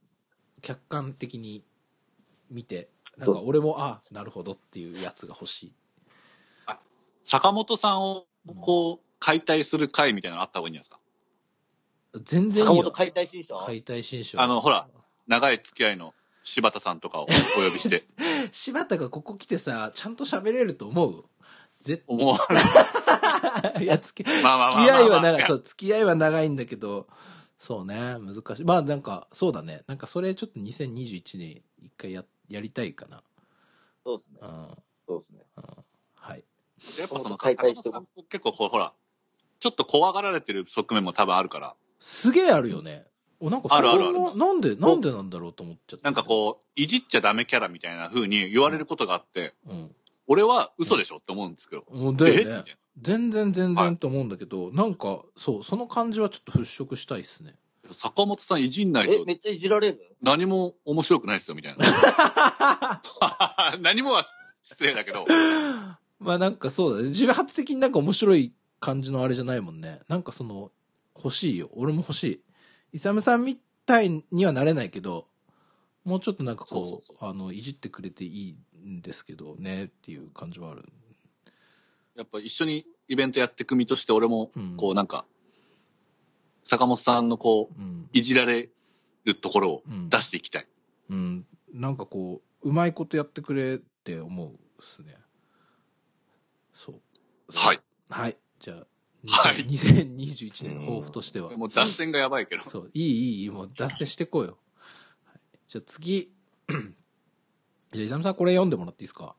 客観的に見てなんか俺もあなるほどっていうやつが欲しい
坂本さんを、こう、解体する回みたいなのあった方がいいんじゃないですか。
全然
坂
いい
本
よ
解体新書
解体新書
あのほら長い付き合いの柴田さんとかをお呼び
[LAUGHS]
して、
柴田がここ来てさちゃんと喋れると思う絶
思わ
対 [LAUGHS] いや付き付き
まあまあまあまあ
合いは長いそう付き合いは長いんだけどそうね難しいまあなんかそうだねなんかそれちょっと2021年一回ややりたいかな
そうです
う
ね。
ん
そうですね。
はい
やっぱ
坂
その、
本解体して
坂本さん結構こう、ほら、ちょっと怖がられてる側面も多分あるから、
すげえあるよねおなんかそれ
あるあるあ
もなんでなんでなんだろうと思っちゃった
なんかこう、いじっちゃダメキャラみたいな風に言われることがあって、
ううん
俺は嘘でしょって思うんですけど。
うんだよね
えみたいな
全然全
は
然
い
と思うんだけど、なんかそうその感じはちょっと払拭したいっすね
坂本さんいじんない
え、
と
めっちゃいじられる
何も面白くないですよ、みたい
[LAUGHS]
な。何もは失礼だけど、
まあなんかそうだね自発的になんか面白い感じのあれじゃないもんねなんかその欲しいよ俺も欲しいイサムさんみたいにはなれないけどもうちょっとなんかこう
そう
あのいじってくれていいんですけどねっていう感じはある
やっぱ一緒にイベントやってく身として俺も
うん、
こうなんか、坂本さんのこう、
うん
いじられるところを
うん
出していきたい。
うん、なんかこううまいことやってくれって思うっすねそう
はい
はいじゃあ、
はい
2021年の抱負としては
もう脱線がやばいけど。
そういいいいいいもう脱線してこうよ、はいじゃあ次 [CLEARS THROAT] じゃあイサムさんこれ読んでもらっていいです
[LAUGHS]
か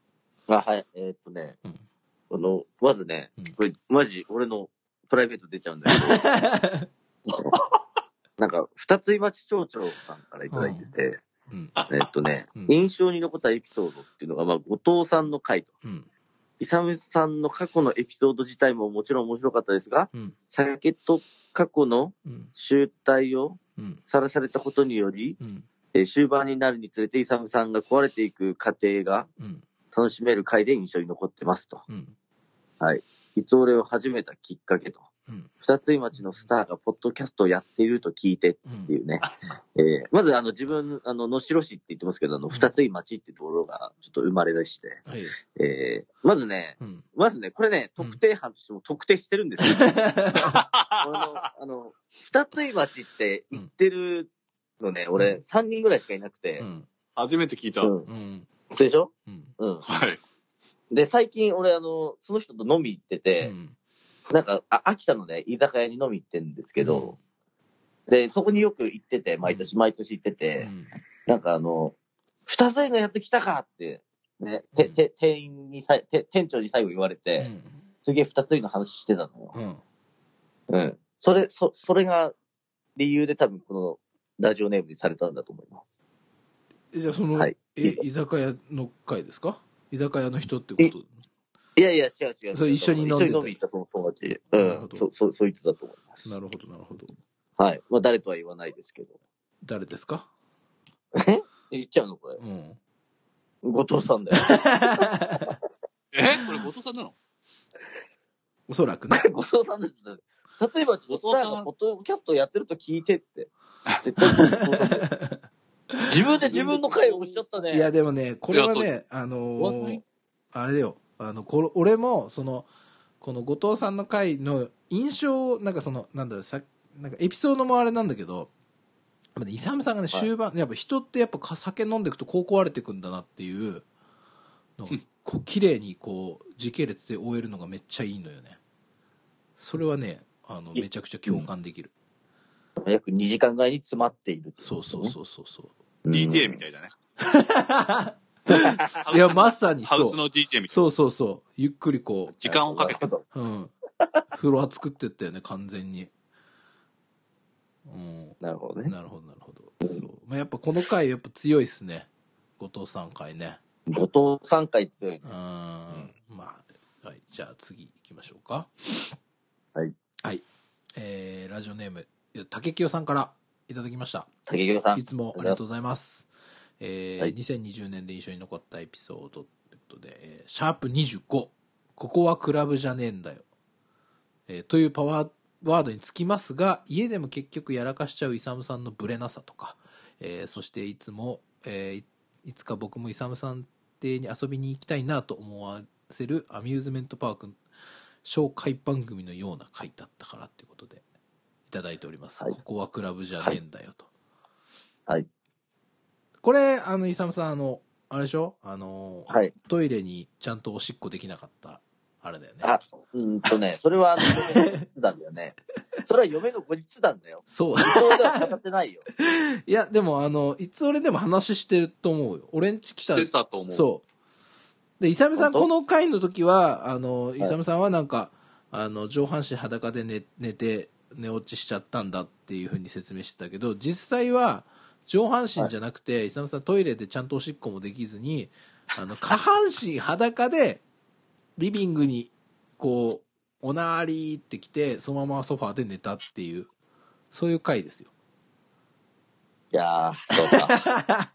あ、はい。えーっとね
うん、
この、まずね
うん、
これ、マジ、俺のプライベート出ちゃうんだ
[LAUGHS]
けど。なんか、二つ今町町長さんからいただいてて、
うん
えーっとね
うん、
印象に残ったエピソードっていうのが、まあ、後藤さんの回と。
うん
イサムさんの過去のエピソード自体ももちろん面白かったですが、
うん
酒と過去の
うん
集体を
うん
さらされたことにより、
うん
えー終盤になるにつれてイサムさんが壊れていく過程が
うん
楽しめる回で印象に残ってますと。
うん
いつ俺を始めたきっかけと。
うん
二つ井町のスターがポッドキャストをやっていると聞いて
う
ってい
ん
うね。えーまずあの自分、あの、能代市って言ってますけど、あの、
うん
二つ井町っていうところがちょっと生まれ出して、
はい
えーまずね、
うん
まずね、これね、
うん
特定班としても特定してるんです
[LAUGHS]
よ。俺の、あの、二つ井町って行ってるのね、
う
俺、三人ぐらいしかいなくて
う、ん
初めて聞いた。
うん。
うん
そうでしょ
うん
うん。
はい。
で、最近俺、あの、その人と飲み行って
う
て、
ん
なんか、あ秋田のね、居酒屋に飲み行ってるんですけど、で、そこによく行ってて、毎年毎年行って
う
て、
ん
なんかあの、二つのやつ来たかって、ね、て、て、店員にさい、て、店長に最後言われ
う
て、
ん
次二つの話してたのよ。
うん
うん。それ、そ、それが理由で多分このラジオネームにされたんだと思います。
えじゃあその、
はい
え居酒屋の会ですか居酒屋の人ってこと
いやいや、違う違う。
そう一緒に飲んでた
一緒にみに行ったその友達。う
なるほ
ん
ど。
そ、そ、そいつだと思います。
なるほど、なるほど。
はい。まあ、誰とは言わないですけど。
誰ですか
え言っちゃうのこれ。
うん。
後藤さんだよ。
えこれ後藤さんなの
おそらくね。
後藤さんだって誰例えば、後藤さんがポッドキャストやってると聞いてって。絶対後藤さんだよ自分で自分の回を押しちゃったね。
いや、でもね、これはい
や
ね、あの
終わんな
ー
い、
あれだよ、あの、これ俺も、その、この後藤さんの回の印象を、なんかその、なんだろう、さなんかエピソードもあれなんだけど、やっぱねイサムさんがね、
はい
終盤、やっぱ人ってやっぱか酒飲んでいくとこう壊れてくんだなっていうのが、こう、綺麗にこう、時系列で終えるのがめっちゃいいのよね。それはね、あの、
い
めちゃくちゃ共感できる。
約2時間ぐらいに詰まっているってこと
そう
です
そ
よ
う
ね。
そうそうそう。
?DJ み
い
たいだね。
いや、まさに
ハ
そ
ウ
う
ス。の DJ みたい
そうそうそう。ゆっくりこ
時間をかけ
て。
て。
う、うん。フロア作ってったよね、完全に。うん。
なるほどね。
なるほど、なるほど。そう。まあ、やっぱこの回、やっぱ強いっすね。後藤さん回ね。
後藤さん回強いね
うん。まあ、はい。じゃあ次行きましょうか。
はい。
はい。えー、ラジオネーム、竹清さんからいただきました。
竹清さん
い。つもありがとうございます。えー
はい
2020年で印象に残ったエピソードということで、えーシャープ25、ここはクラブじゃねえんだよ。えーというパワーワードにつきますが、家でも結局やらかしちゃうイサムさんのブレなさとか、えーそしていつも、えーいいつか僕もイサムさん邸に遊びに行きたいなと思わせるアミューズメントパーク紹介番組のような回だったからということで、いただいております。
はい
ここはクラブじゃねえんだよと。
はい。
これ、あの、イサムさん、あの、あれでしょあの、
はい。
トイレにちゃんとおしっこできなかった、あれだよね。
あ、うーんとね、それは、あの嫁の後日談だよね。それは嫁の後日談だよ。
そう。
そうでは語ってないよ。
いや、でも、あの、いつ俺でも話してると思うよ。俺んち来た
な。してたと思う。
そう。で、イサムさん、
本
こ
当
の回の時は、あの、
い
イサムさんはなんか、あの、上半身裸で寝寝て、寝落ちしちゃったんだっていう風に説明してたけど、実際は、上半身じゃなくて、イサムさんトイレでちゃんとおしっこもできずに、あの、下半身裸で、リビングに、こう、おなーりーってきて、そのままソファーで寝たっていう、そういう回ですよ。
いやー、そうか。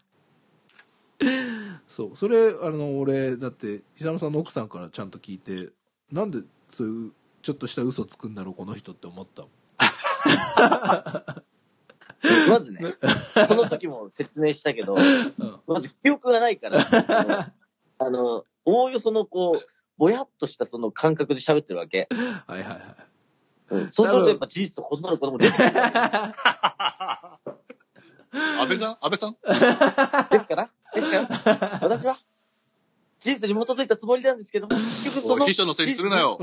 そう。それ、あの、俺、だって、ひさむさんの奥さんからちゃんと聞いて、なんで、そういう、ちょっとした嘘つくんだろう、この人って思ったもん。
[LAUGHS] まず
[LAUGHS]
ね、その時も説明したけど、まず記憶がない
[LAUGHS]
から、あの、あのおおよそのこう、ぼやっとしたその感覚で喋ってるわけ。
はいはいはい。
うん、そうするとやっぱ事実と異なることも出て
[LAUGHS]
くる
安倍さん安倍さん
ですから、ですから、私は、事実に基づいたつもりなんですけども、結局そ
お
の
い秘、書のせいにするなよ。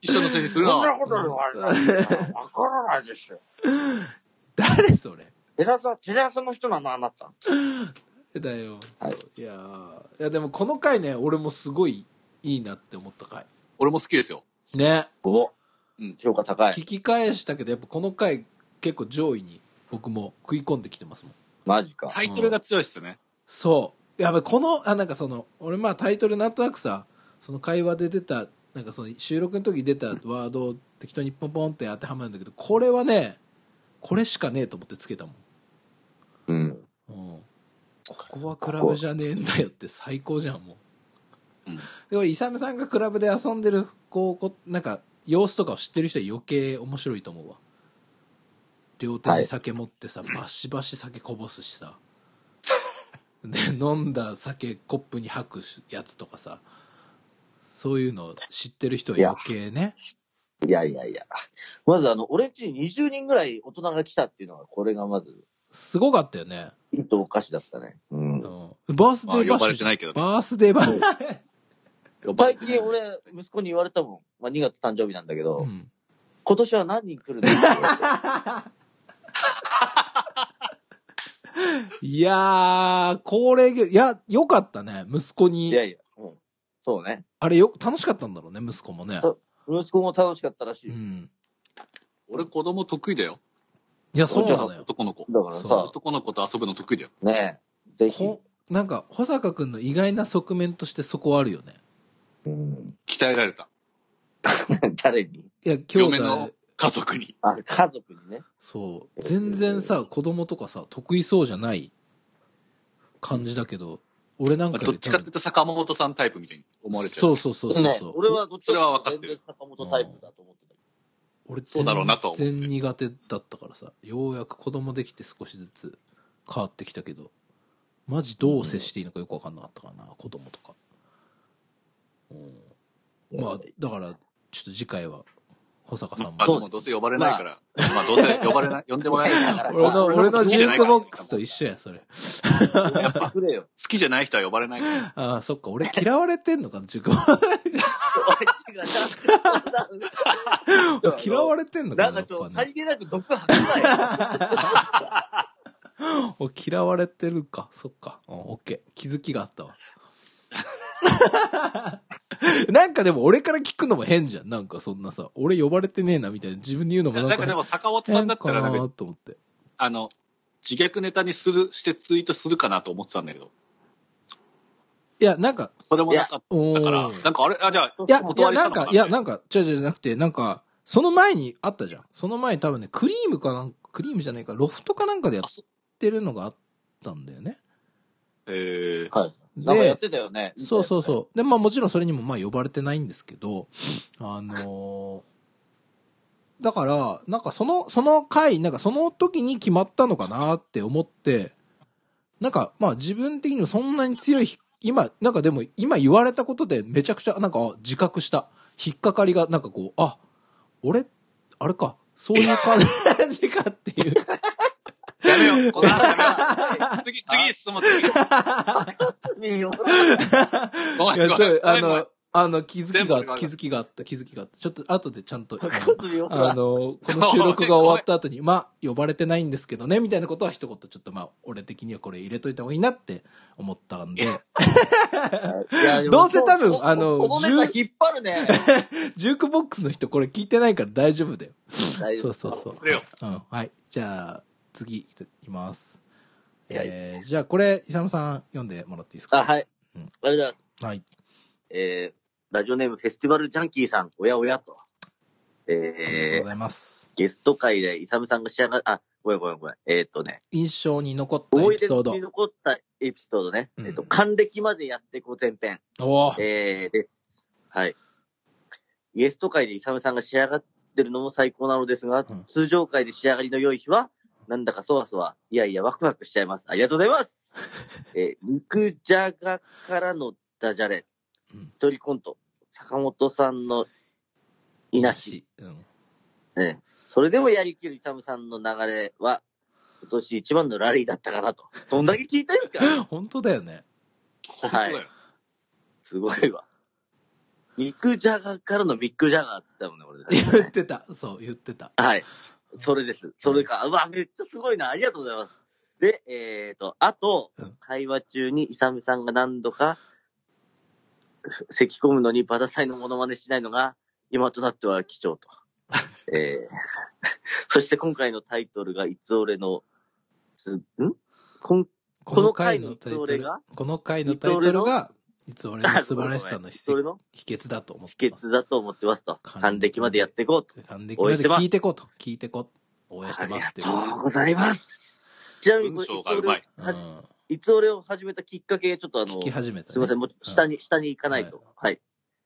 秘書のせいにする
そんな
な。
こと言われたら、わからないですよ。
誰それ
テレ朝、テレ朝の人なのあなた。
だよ。、
はい
やーいや、でもこの回ね、俺もすごいいいなって思った回。
俺も好きですよ。
ね。
お
うん
評価高い。
聞き返したけど、やっぱこの回、結構上位に僕も食い込んできてますもん。
マジか。
タイトルが強いっすね。
そう。やっぱこの、あ、なんかその、俺まあタイトルなんとなくさ、その会話で出た、なんかその収録の時に出たワードを適当にポンポンって当てはまるんだけど、これはね、これしかねえと思ってつけたもん。
うん。
うん。ここはクラブじゃねえんだよって最高じゃん、もう。
うん
でも、イサムさんがクラブで遊んでる、こう、こなんか、様子とかを知ってる人は余計面白いと思うわ。両手に酒持ってさ、バシバシ酒こぼすしさ。で、飲んだ酒コップに吐くやつとかさ。そういうの知ってる人は余計ね。
いやいやいや。まずあの、俺んちに20人ぐらい大人が来たっていうのは、これがまず、
すごかったよね。
いいとおかしだったね。う
うんん。。バースデ
まあ、
ーバッシ
呼ば
ュ
れて
じゃん。
ないけどね。
バースデーバッシュ。
最近俺、息子に言われたもん。まあ、2月誕生日なんだけど、
うん
今年は何人来
[LAUGHS]
るんですか
いやー、恒例行事、いや、良かったね。息子
い
に。
やいや、うん。そうね。
あれよ、楽しかったんだろうね、息子もね。
そう息子も楽しかったらし
う
い。
ん。
俺子供得意だよ。
いや、そうなのよ。
男の子。
だからさ、
男の子と遊ぶの得意だよ。
ねえ、ぜひ。
ほ、なんか、保坂くんの意外な側面としてそこはあるよね。
うん。 [LAUGHS]
鍛えられた。
誰に
いや、兄
嫁の
弟、
家族に。
あ、家族にね。
そう、全然さ、子供とかさ、得意そうじゃない感じだけど、俺なん
ま
か
あ
よ
どっ
り
ちかっていうと坂本さんタイプみたいに
多
思わ
分
れちゃう。
そうそうそうそう
ね
そう。
俺はどっち
それは分かってる
全然坂本タイプだと思ってたけ
俺
そうだろうなとは思って
全然苦手だったからさようやく子供できて少しずつ変わってきたけどマジどう接していいのかよく分かんなかったからな、子供とか、うん、
ど。
まあだからちょっと次回は保坂さん
まあ、
も
でもどうせ呼ばれないから、まあ、どうせ呼
[LAUGHS]
ばれない、呼んでもらえないから、
あ
俺
まあ
の俺の
好き
ジ
じゃ
ュ
な
ーク
いから
ボックスと一緒やそれ
やっぱく
[LAUGHS]
れよ。
好きじゃない人は呼ばれないから。
ああそっか俺嫌われてんのかなジュークボッ [LAUGHS] クス嫌わ
れ
れてんの
な
か
ん
なや
か
っ
ちょっ
ぱ
と、さ
ね
りげなく毒吐くなよ。
お嫌われてるかそっかうんオッケー気づきがあったわ [LAUGHS] なんかでも俺から聞くのも変じゃんなんかそんなさ俺呼ばれてねえなみたいな自分に言うのもなん
なん
か
かでも坂本さ
変
んだったら、
な
なん
ー
か、
と思って
あの、自虐ネタにする、してツイートするかなと思ってたんだけど、
いやなんか
それもなかっ
お
た
ー
から、なんかあれ、あ、じゃあ、
いや、い
断
や、
りし
なん
たのか
か
な、
いや、なんか、違う違うじゃなくて、なんか、その前にあったじゃん。その前に多分ね、クリームかなんか、クリームじゃないか、ロフトかなんかでや
あ
っ
そ
てるのがあったんだよね。
え
[LAUGHS]
ー、
はい。なんかやっ
で、
てたよね。
そうそうそう。で、まあもちろんそれにもまあ呼ばれてないんですけど、あのーだから、なんかその、その回、なんかその時に決まったのかなって思って、なんかまあ自分的にもそんなに強い、今、なんかでも今言われたことでめちゃくちゃ、なんかあ自覚した。引っかかりが、なんかこう、あ、俺、あれか、そういう感じかっていう。
やめ
[LAUGHS]
よう、この話やめよ
は
う。次、次進もう、次。
い。
ご
い
めん、
や、
ご
そ
めん
う、
ご
あ
めんごめん
の、あの、気づ
全
き
部
があ
わ
っ
か
た、
る
気づきがあった、気づきがあった。ちょっと、後でちゃんと、あのあ
あ
の、この収録が終わった後
[LAUGHS]
に、まあ、呼ばれてないんですけどね、みたいなことは一言、ちょっとまあ、俺的にはこれ入れといた方がいいなって思ったんで、
の
どうせ多分あの
このネタ引っ張るね。
ジュークボックスの人これ聞いてないから大丈夫だよ。
大
そ
丈
う
夫
そうそう。
れよ
うん、はい。じゃあ、次いきます。
はい
えー、じゃあこれ、イサムさん読んでもらっていいですか
あ、はい。
う
あ
ん
りがとうございます。
はい。
えー、ラジオネームフェスティバルジャンキーさん、おやおやと。
ありがとう
え
ご
ー、
ざいます。
ゲスト会でイサムさんが仕上が、あ、ごめんごめんごめん。えーっとね、
印象に残った
思
エ
い
ピ
出
ソード
に。残ったエピソードね。
うん
えーっと、還暦までやってこう前編。
おー
えー、です。はい。ゲスト会でイサムさんが仕上がってるのも最高なのですが、
うん
通常会で仕上がりの良い日は、なんだかそわそわ、いやいやワクワクしちゃいます。ありがとうござい
[LAUGHS]
ます。えー、肉じゃがからのダジャレ
うん、
一人コント、坂本さんのいなし。。
うん。
ね、それでもやりきるイサムさんの流れは、今年一番のラリーだったかなと。どんだけ聞いたんですか
本当だよね。 [LAUGHS]
本当だよ。
すごいわ。肉じゃがからのビッグジャガーって言ったもんね、俺た
[LAUGHS]
ち
言ってた。そう、言ってた。
はい。それです。それか。うわ、めっちゃすごいな。ありがとうございます。で、えっ、と、あと
うん、
会話中にイサムさんが何度か、咳込むのにバタサイのモノマネしないのが、今となっては貴
[LAUGHS]
重と。えー、 [LAUGHS] そして今回のタイトルが、いつ俺の、すんこん
この回のタイト
この回のいつ俺
ルこの回のタイ
が、
トルが、いつ
[LAUGHS]
俺の素晴らしさの秘
それの
秘訣だと思っ
秘
てます。
訣だと思ってますと。還暦までやっていこうと。
還暦まで聞いてこうと、聞いてこう、応援してますっていう。
ありがとうございます。ちなみにこれ、
文章がうまい
うん、
はじいつ俺を始めたきっかけ、ちょっとあの
聞、き始めた、ね。
すいません、もう下に、下に行かないと。はい。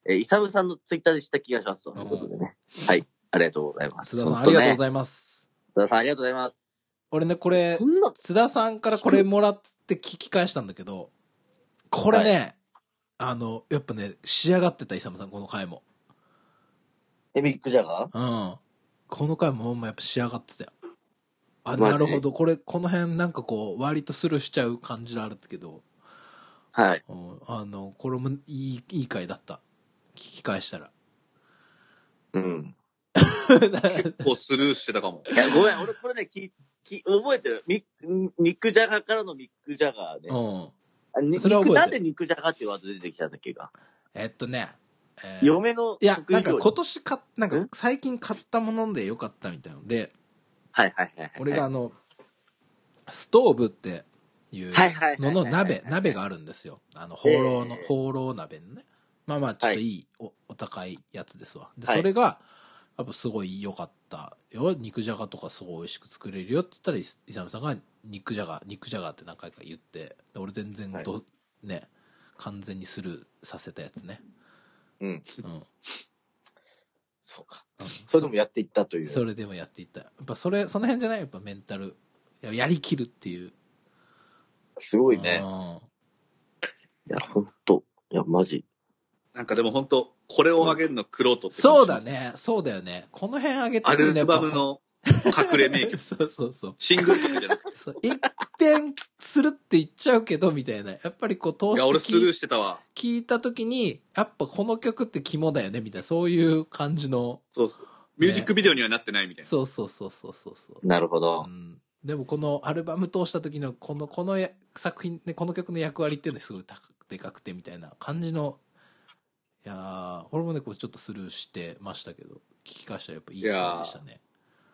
えー、イサムさんのツイッターでした気がしますと。ということでね。はい。ありがとうございます。
津田さん、ありがとうご
います。
ざいます。
津田さん、ありがとうございます。
俺ね、これ
こ、んな、
津田さんからこれもらって聞き返したんだけど、これね、あの、やっぱね、仕上がってた、イサムさん、この回も。
エミックジャガー
うん。この回もほんまやっぱ仕上がってたよ。あ、
マ
な
ジ
るほど。これ、この辺なんかこう、割とスルーしちゃう感じがあるけど、
はい。
うんあの、これもいい、いい回だった。聞き返したら。
うん。
こうスルーしてたかも。
いや、ごめん、俺これね、き、き、覚えてる。ミック、ミックジャガーからのミックジャガーね。
うん。
あに
それは覚えてる
肉なんで肉じゃがってワード出てきたんだっけか。
えっとね、えー
嫁の
いや、
得意
なん
料
か
理
今年買っ、なん
ん
か最近買ったものでよかったみたいので、
はいはいはいはい。
俺があの、ストーブっていう
はいはいはいはい
のの鍋、鍋があるんですよ。あの、放浪の、放浪鍋のね。まあまあ、ちょっといい、お、お高いやつですわ。で、それが、やっぱすごい良かったよ。肉じゃがとかすごい美味しく作れるよって言ったら、イスイサムさんが肉じゃが、肉じゃがって何回か言って、で俺全然ど、ね、完全にスルーさせたやつね。
うん。
うん。うん
そうか。 [LAUGHS] そ
そ
れでもやっていったという。
それでもやっていった。やっぱそれ、その辺じゃないやっぱメンタル。ややりきるっていう。
すごいね。
う
いや、ほんと。いや、マジ。
なんかでも本当これを上げるの苦労と
ん。そうだ。ね。そうだよね。この辺上げて
アル
ね。
バムの隠れ名
やっぱ [LAUGHS]
曲。
そうそうそう。
シングルとかじゃなくて。
そう一遍するって言っちゃうけど、みたいな。やっぱりこう、
い
通
や、俺スルー
して
してたわ。
聞聞いたときに、やっぱこの曲って肝だよね、みたいな。そういう感じの。
そうそう。ミュージックビデオにはなってないみたいな。
そうそうそうそうそうそう。
なるほ
う
ど。
ん。でもこのアルバム通した時のこの、このや作品ね、この曲の役割っていうのはすごい高くでかくてみたいな感じの、いやー、俺もね、こうちょっとスルーしてましたけど、聞き返したらやっぱいい感じでしたね。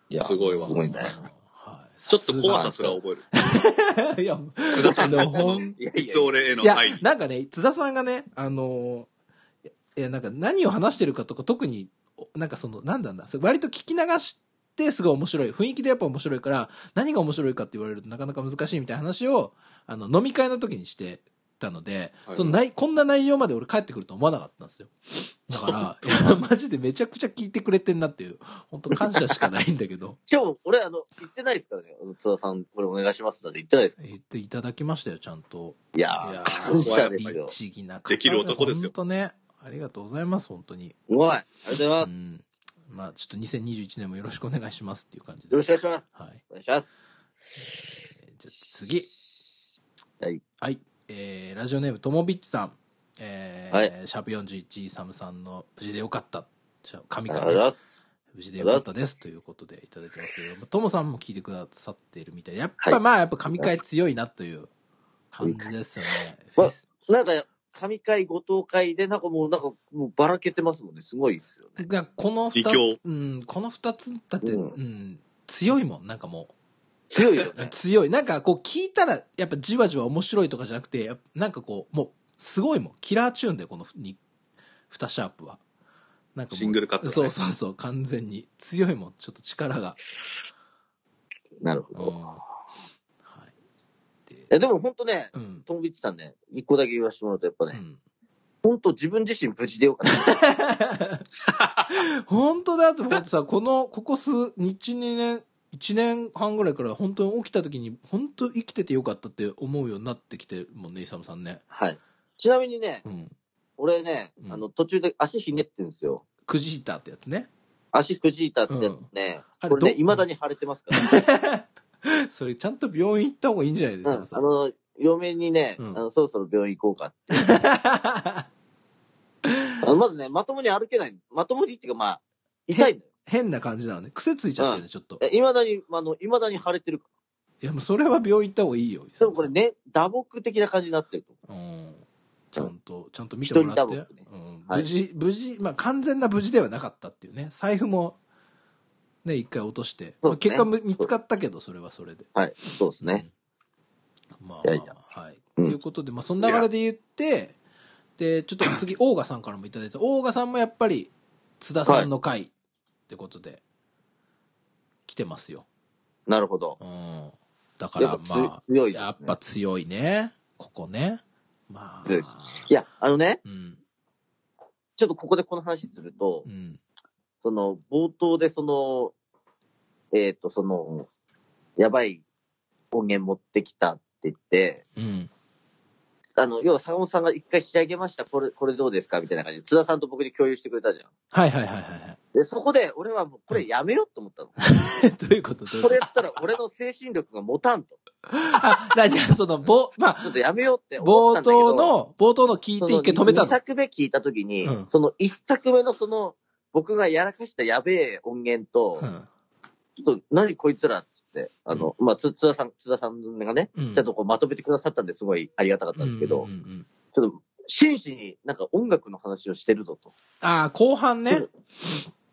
いや、
すごいわ
すごいね
うん。はい。
ち
ち
ょっと怖さすら覚え
[LAUGHS]
る。
いや、
津田さん
でも
の
ほん
いやい
い
や
つ、俺への
いや
愛に、。
なんかね、津田さんがね、あのーいやいや、なんか何を話してるかとか特に、おなんかその、なんだんだ、それ割と聞き流して、すごい面白い。雰囲気でやっぱ面白いから、何が面白いかって言われるとなかなか難しいみたいな話を、あの、飲み会の時にしてたので、
はい
そのない、こんな内容まで俺帰ってくると思わなかったんですよ。だから、いやマジでめちゃくちゃ聞いてくれてんなっていう、本当感謝しかないんだけど、
しかも、俺、あの、言ってないですからね。あの津田さん、これお願いしますなんて言ってないです。
言っていただきましたよ、ちゃんと。
いや
いや
ー、
ー
感謝ですよ。
律儀な方
できる男ですよ
本当ね。ありがとうございます、本当に。
すごい。ありがとうございま
う
す。
ん。まあ、ちょっと2021年もよろしくお願いしますっていう感じ
よ
で
ろし
す。
くお願いします。
はい。
お願いします。
えーじゃあ次。
はい。
はい。えー、ラジオネーム、ともびっちさん。えー、
は
シャープ41、サムさんの無事でよかった。じゃあ神
あり
から
がとうござい
ね、
ます。
無事でよかったです。ということでいただいてますけど、まあともさんも聞いてくださっているみたいで、やっぱ、
はい
まあ、やっぱ神会強いなという感じですよね。
うん
フェス
なんか、神会、ご当会で、なんかもう、なんか、もうばらけてますもんね。すごいですよね。
が、この二
二強
つ、うん、この二つだって、う
うん
ん、強いもん、なんかも
強いよ
う。 [LAUGHS]
ね。
強い。なんかこう聞いたら、やっぱじわじわ面白いとかじゃなくて、やっぱなんかこう、もう、すごいもん。キラーチューンだよ、この二、二シャープは。なんかもう
シングルカットだね
そうそうそう、完全に。強いもん、ちょっと力が。
なるほ
うん。
ど。
はい。
い
で、
や、でも本当ね、
うん。
トンビッチさんね、一個だけ言わせてもらうと、やっぱ
う
ね、
ん。
本当自分自身無事で
[LAUGHS]
よかった。
本当だって、ほんとさ、この、ここ数、日2年、1年半ぐらいから本当に起きた時に、本当生きててよかったって思うようになってきてるもんね、イサムさんね。
はい。ちなみにね、
うん。
俺ね
う、ん
あの、途中で足ひねってんですよ。
くじいたってやつね。
足くじいたってやつね、
うん
これ
あれ
ね、
ど
未だに腫れてますから、ね。
それちゃんと病院行った方がいいんじゃないで
う
す
ん
か、
あの、嫁にね、
うん
あの、そろそろ病院行こうか
[LAUGHS]
って。
さん。
あのまずね、まともに歩けない。まともにっていうか、まあ、痛いんだよ。
変な感じなのね。癖ついちゃってるね、ちょっと。
いまだに、あの、いまだに腫れてるか
いや、もうそれは病院行った方がいいよ、イ
ら。で
サ
も
ムさ
これ
ん。
ね、打撲的な感じになってると。
うん。ちゃんと、ちゃんと見てもらって。
一人だ
うん、
はい
無事、無事、まあ完全な無事ではなかったっていうね。財布も、ね、一回落として。まあ、
そうです
結
ね
果む見つかったけど、それはそれで。
はい、そうですね。
うん。まあ、
いやいや
はい。と、
うん
いうことで、まあ、その流れで言って、で、ちょっと次、オーガさんからもいただいて、オーガさんもやっぱり、津田さんの回ってことで、来てますよ。
なるほど。
うん。だか
や
ら、
っぱつ、
まあ、
強いです、ね。
やっぱ強いね。ここね。まあ。
強いですいや、あのね、
うん。
ちょっとここでこの話すると、
うん。
その、冒頭でその、えっ、と、その、やばい音源持ってきたって言って、
うん。
あの、要は坂本さんが一回仕上げました、これ、これどうですかみたいな感じで、津田さんと僕に共有してくれたじゃん。
はいはいはいはいはい。 [LAUGHS]
で、そこで俺はもうこれやめようと思ったの。
どういうことどういうこ
これ
と
やったら俺の精神力が持たんと。
あ、なに、 [LAUGHS] その、ぼ、まあ
ちょ、っとやめようって思
冒
ったんだけど。
頭、の、冒頭の聞いて一回止めた
2
の。
作目聞いたときに、
うん
その1作目のその、僕がやらかしたやべえ音源と、
うん。
ちょっと、何こいつらっつって、あの、まあ、つ、津田さん、津田さんがね、
うん
ちゃんとこうまとめてくださったんですごいありがたかったんですけど、
うんうんうんうん
ちょっと、真摯になんか音楽の話をしてるぞと。
ああ、後半ね。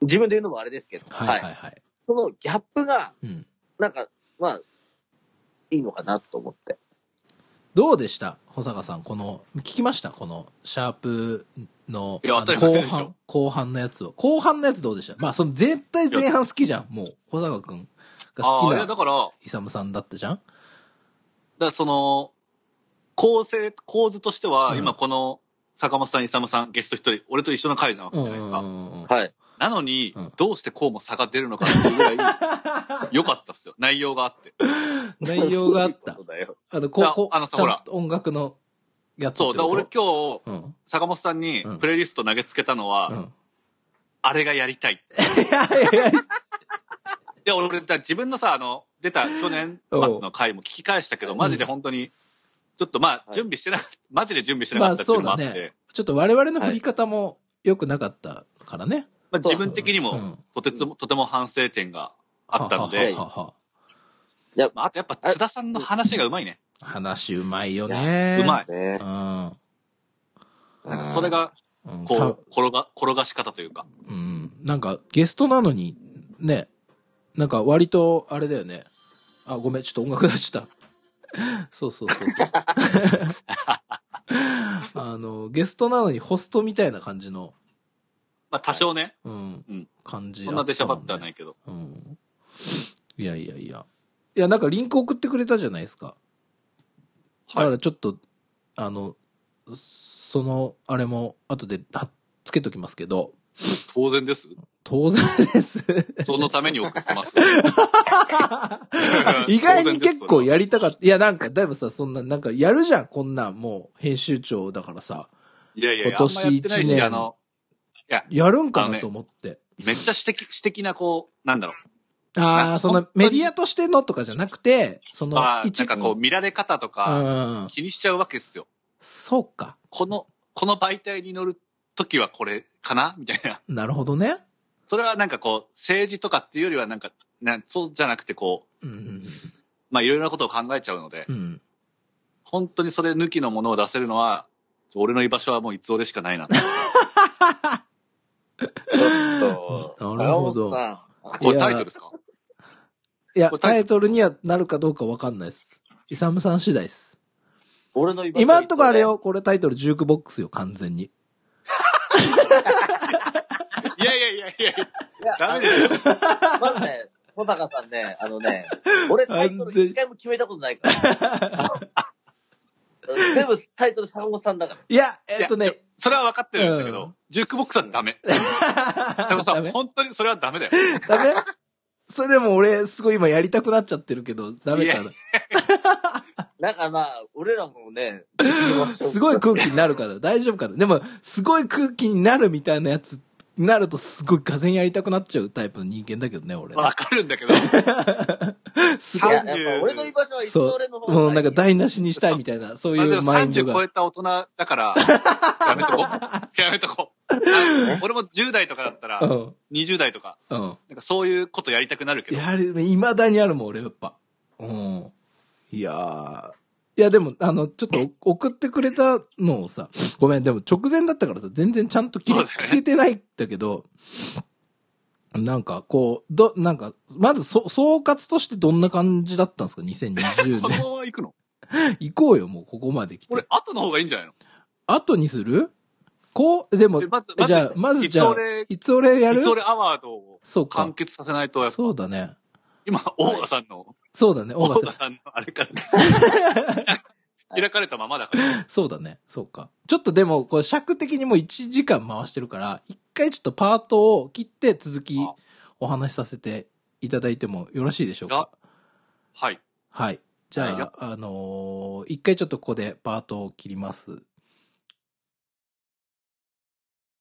自分で言うのもあれですけど、
はいはいはい。
そのギャップが、
うん。
なんか、まあ、いいのかなと思って。
どうでした保坂さん、この、聞きましたこの、シャープの、
いや
あの
当たり
後
前でし
半
ょ、
後半のやつを。後半のやつどうでしたまあ、その、絶対前半好きじゃん。もう、保坂くんが好
あ
き
あ、いや、だ
な、
から、だか
イサムさんだったじゃん
らその、構成、構図としては、
うん
今この、坂本さん、勇さん、ゲスト一人、俺と一緒の回なわけ
う
じ
んう
ゃないです
ん
か。
うんうん。
はい。
なのに、
うん
どうしてこうも差が出るのかっていうぐらい、良かったっ
[LAUGHS]
すよ。内容があって。
内容があった
そ。うだよ。
あの、こう、こう、
あのさ
ちゃん
ほら
と音楽のやつって
そ
こ
う、だから
と
俺今日、
うん。
坂本さんに
うん
プレイリスト投げつけたのは、
うん。 [LAUGHS]
あれがやりたい。
いやいやいや
で、俺、だ自分のさ、あの、
[LAUGHS]
出た去年末の回も聞き返したけど、マジで本当に、ちょっとま
は
あ、
い
準備してなか [LAUGHS] った、マジで準備してなかったっていうのもあって、
まあ
まあ
そうだちょっと我々の振り方も良くなかったからね。
自分的にも、
うん
とてつも、とても反省点があったので、
はははは
まあ、あとやっぱ津田さんの話がうまいね。
話うまいよね。
うまい。
ね
う。ん。
なんかそれが、
うん
こ
た
う、転が、転がし方というか。
うん。なんか、ゲストなのに、ね。なんか、割と、あれだよね。あ、ごめん、ちょっと音楽出した。 [LAUGHS] そうそうそう
[LAUGHS]
そう。あの、ゲストなのにホストみたいな感じの、
まあ、多少ね、
うん、
うん
感じ、。
そんな出しゃばってはないいけど。
うん。いやいやいや。いや、なんかリンク送ってくれたじゃないですか。だ
はい
からちょっと、あの、その、あれも、後で貼っつけときますけど、
当然です。
当然です。
そのために送ってます。
[LAUGHS] 意外に結構やりたかった。いや、なんか、だいぶさ、そんな、なんか、やるじゃん、こんなん、もう、編集長だからさ。
[LAUGHS] いやいやいや、
今年
あんまやってないし
一年
あの、
やるんか
あの
な
ね
と思って。
めっちゃ私的、私的な、こう、なんだろう。
ああ
な
そんな
本、当
メ
に
ディアとしてのとかじゃなくて、その
まあ、、なんかこ
う
う、見られ方とか、
ん。
気にしちゃうわけですよ。
そうか。
この、この媒体に乗るときはこれかなみたいな。
なるほどね。
それはなんかこう、政治とかっていうよりはなんか、なんそうじゃなくてこう、
うん。
まあいろいろなことを考えちゃうので、
うん。
本当にそれ抜きのものを出せるのは、俺の居場所はもういつ俺しかな
[LAUGHS]
いな。
ちょっと、
なるほど
坂本
これタイトルですか
いや
これ、タイト
タイトル
ル
にはなるかどうかわかんないです。イサムさん次第です。
俺の居場所
今んとこあれ。よ、これタイトルジュークボックスよ、完全に。
いやいやいやいや、
いや
ダメですよ。
まずね、小高さんね、あのね、俺タイトル一回も決めたことない
[LAUGHS]
から。全部タイトル坂本さんだから。
いや、えっと
い
ね、
それは分かってるんだけど、
うん
ジュークボックスはダメ。で
[LAUGHS]
も
ダ
さ
メ、
本当にそれはダメだよ。
ダメそれでも俺、すごい今やりたくなっちゃってるけど、ダメか
い
な。
なんかまあ、俺らも
[LAUGHS]
ね、
すごい空気になるから、大丈夫かな。でも、すごい空気になるみたいなやつになると、すごいがぜんやりたくなっちゃうタイプの人間だけどね、俺。
分かるんだけど、
す
い
ご
や、
い
やっぱ俺の居場所は一応俺の方
もうなんか
大
台無しにしたいみたいな、そう
まあ
い
で
う
も
マインド
30超
が。
えた大人
[LAUGHS]
だから、やめとこう。やめとこう。俺も10代とかだったら
う、ん。
20代とか、
うん。
なんかそういうことやりたくなるけど、
やはり、未だにあるもん、俺、やっぱ。うん。いやー。いや、でも、あの、ちょっとお送ってくれたのをさ、ごめん、でも直前だったからさ、全然ちゃんと聞
そ
れ
うだよね
聞けてないんだけど、なんか、こう、ど、なんか、まず、そ、総括としてどんな感じだったんですか ?2020
[LAUGHS] その
年。
まま行くの
行こうよ、もう、ここまで来
俺
て。、
後の方がいいんじゃないの
後にするこう、でも
え、まず、
じゃあ、まずじゃ
い
あ
つ、俺、
いつ俺や
い
る
つ俺アワードを
そうか
完。結させないと、やっぱ
そうだね。
今、オーガさんの、
そうだね、オ
オ
ーガ
ー
セ
ガさんのあれから、
[LAUGHS]
開かれたままだから。
そうだね。そうか。ちょっとでも、これ尺的にもう1時間回してるから、一回ちょっとパートを切って続き
あ
お話しさせていただいてもよろしいでしょう
が
か。
はい。
はい。じゃあ、
はいよ
あのー一回ちょっとここでパートを切ります。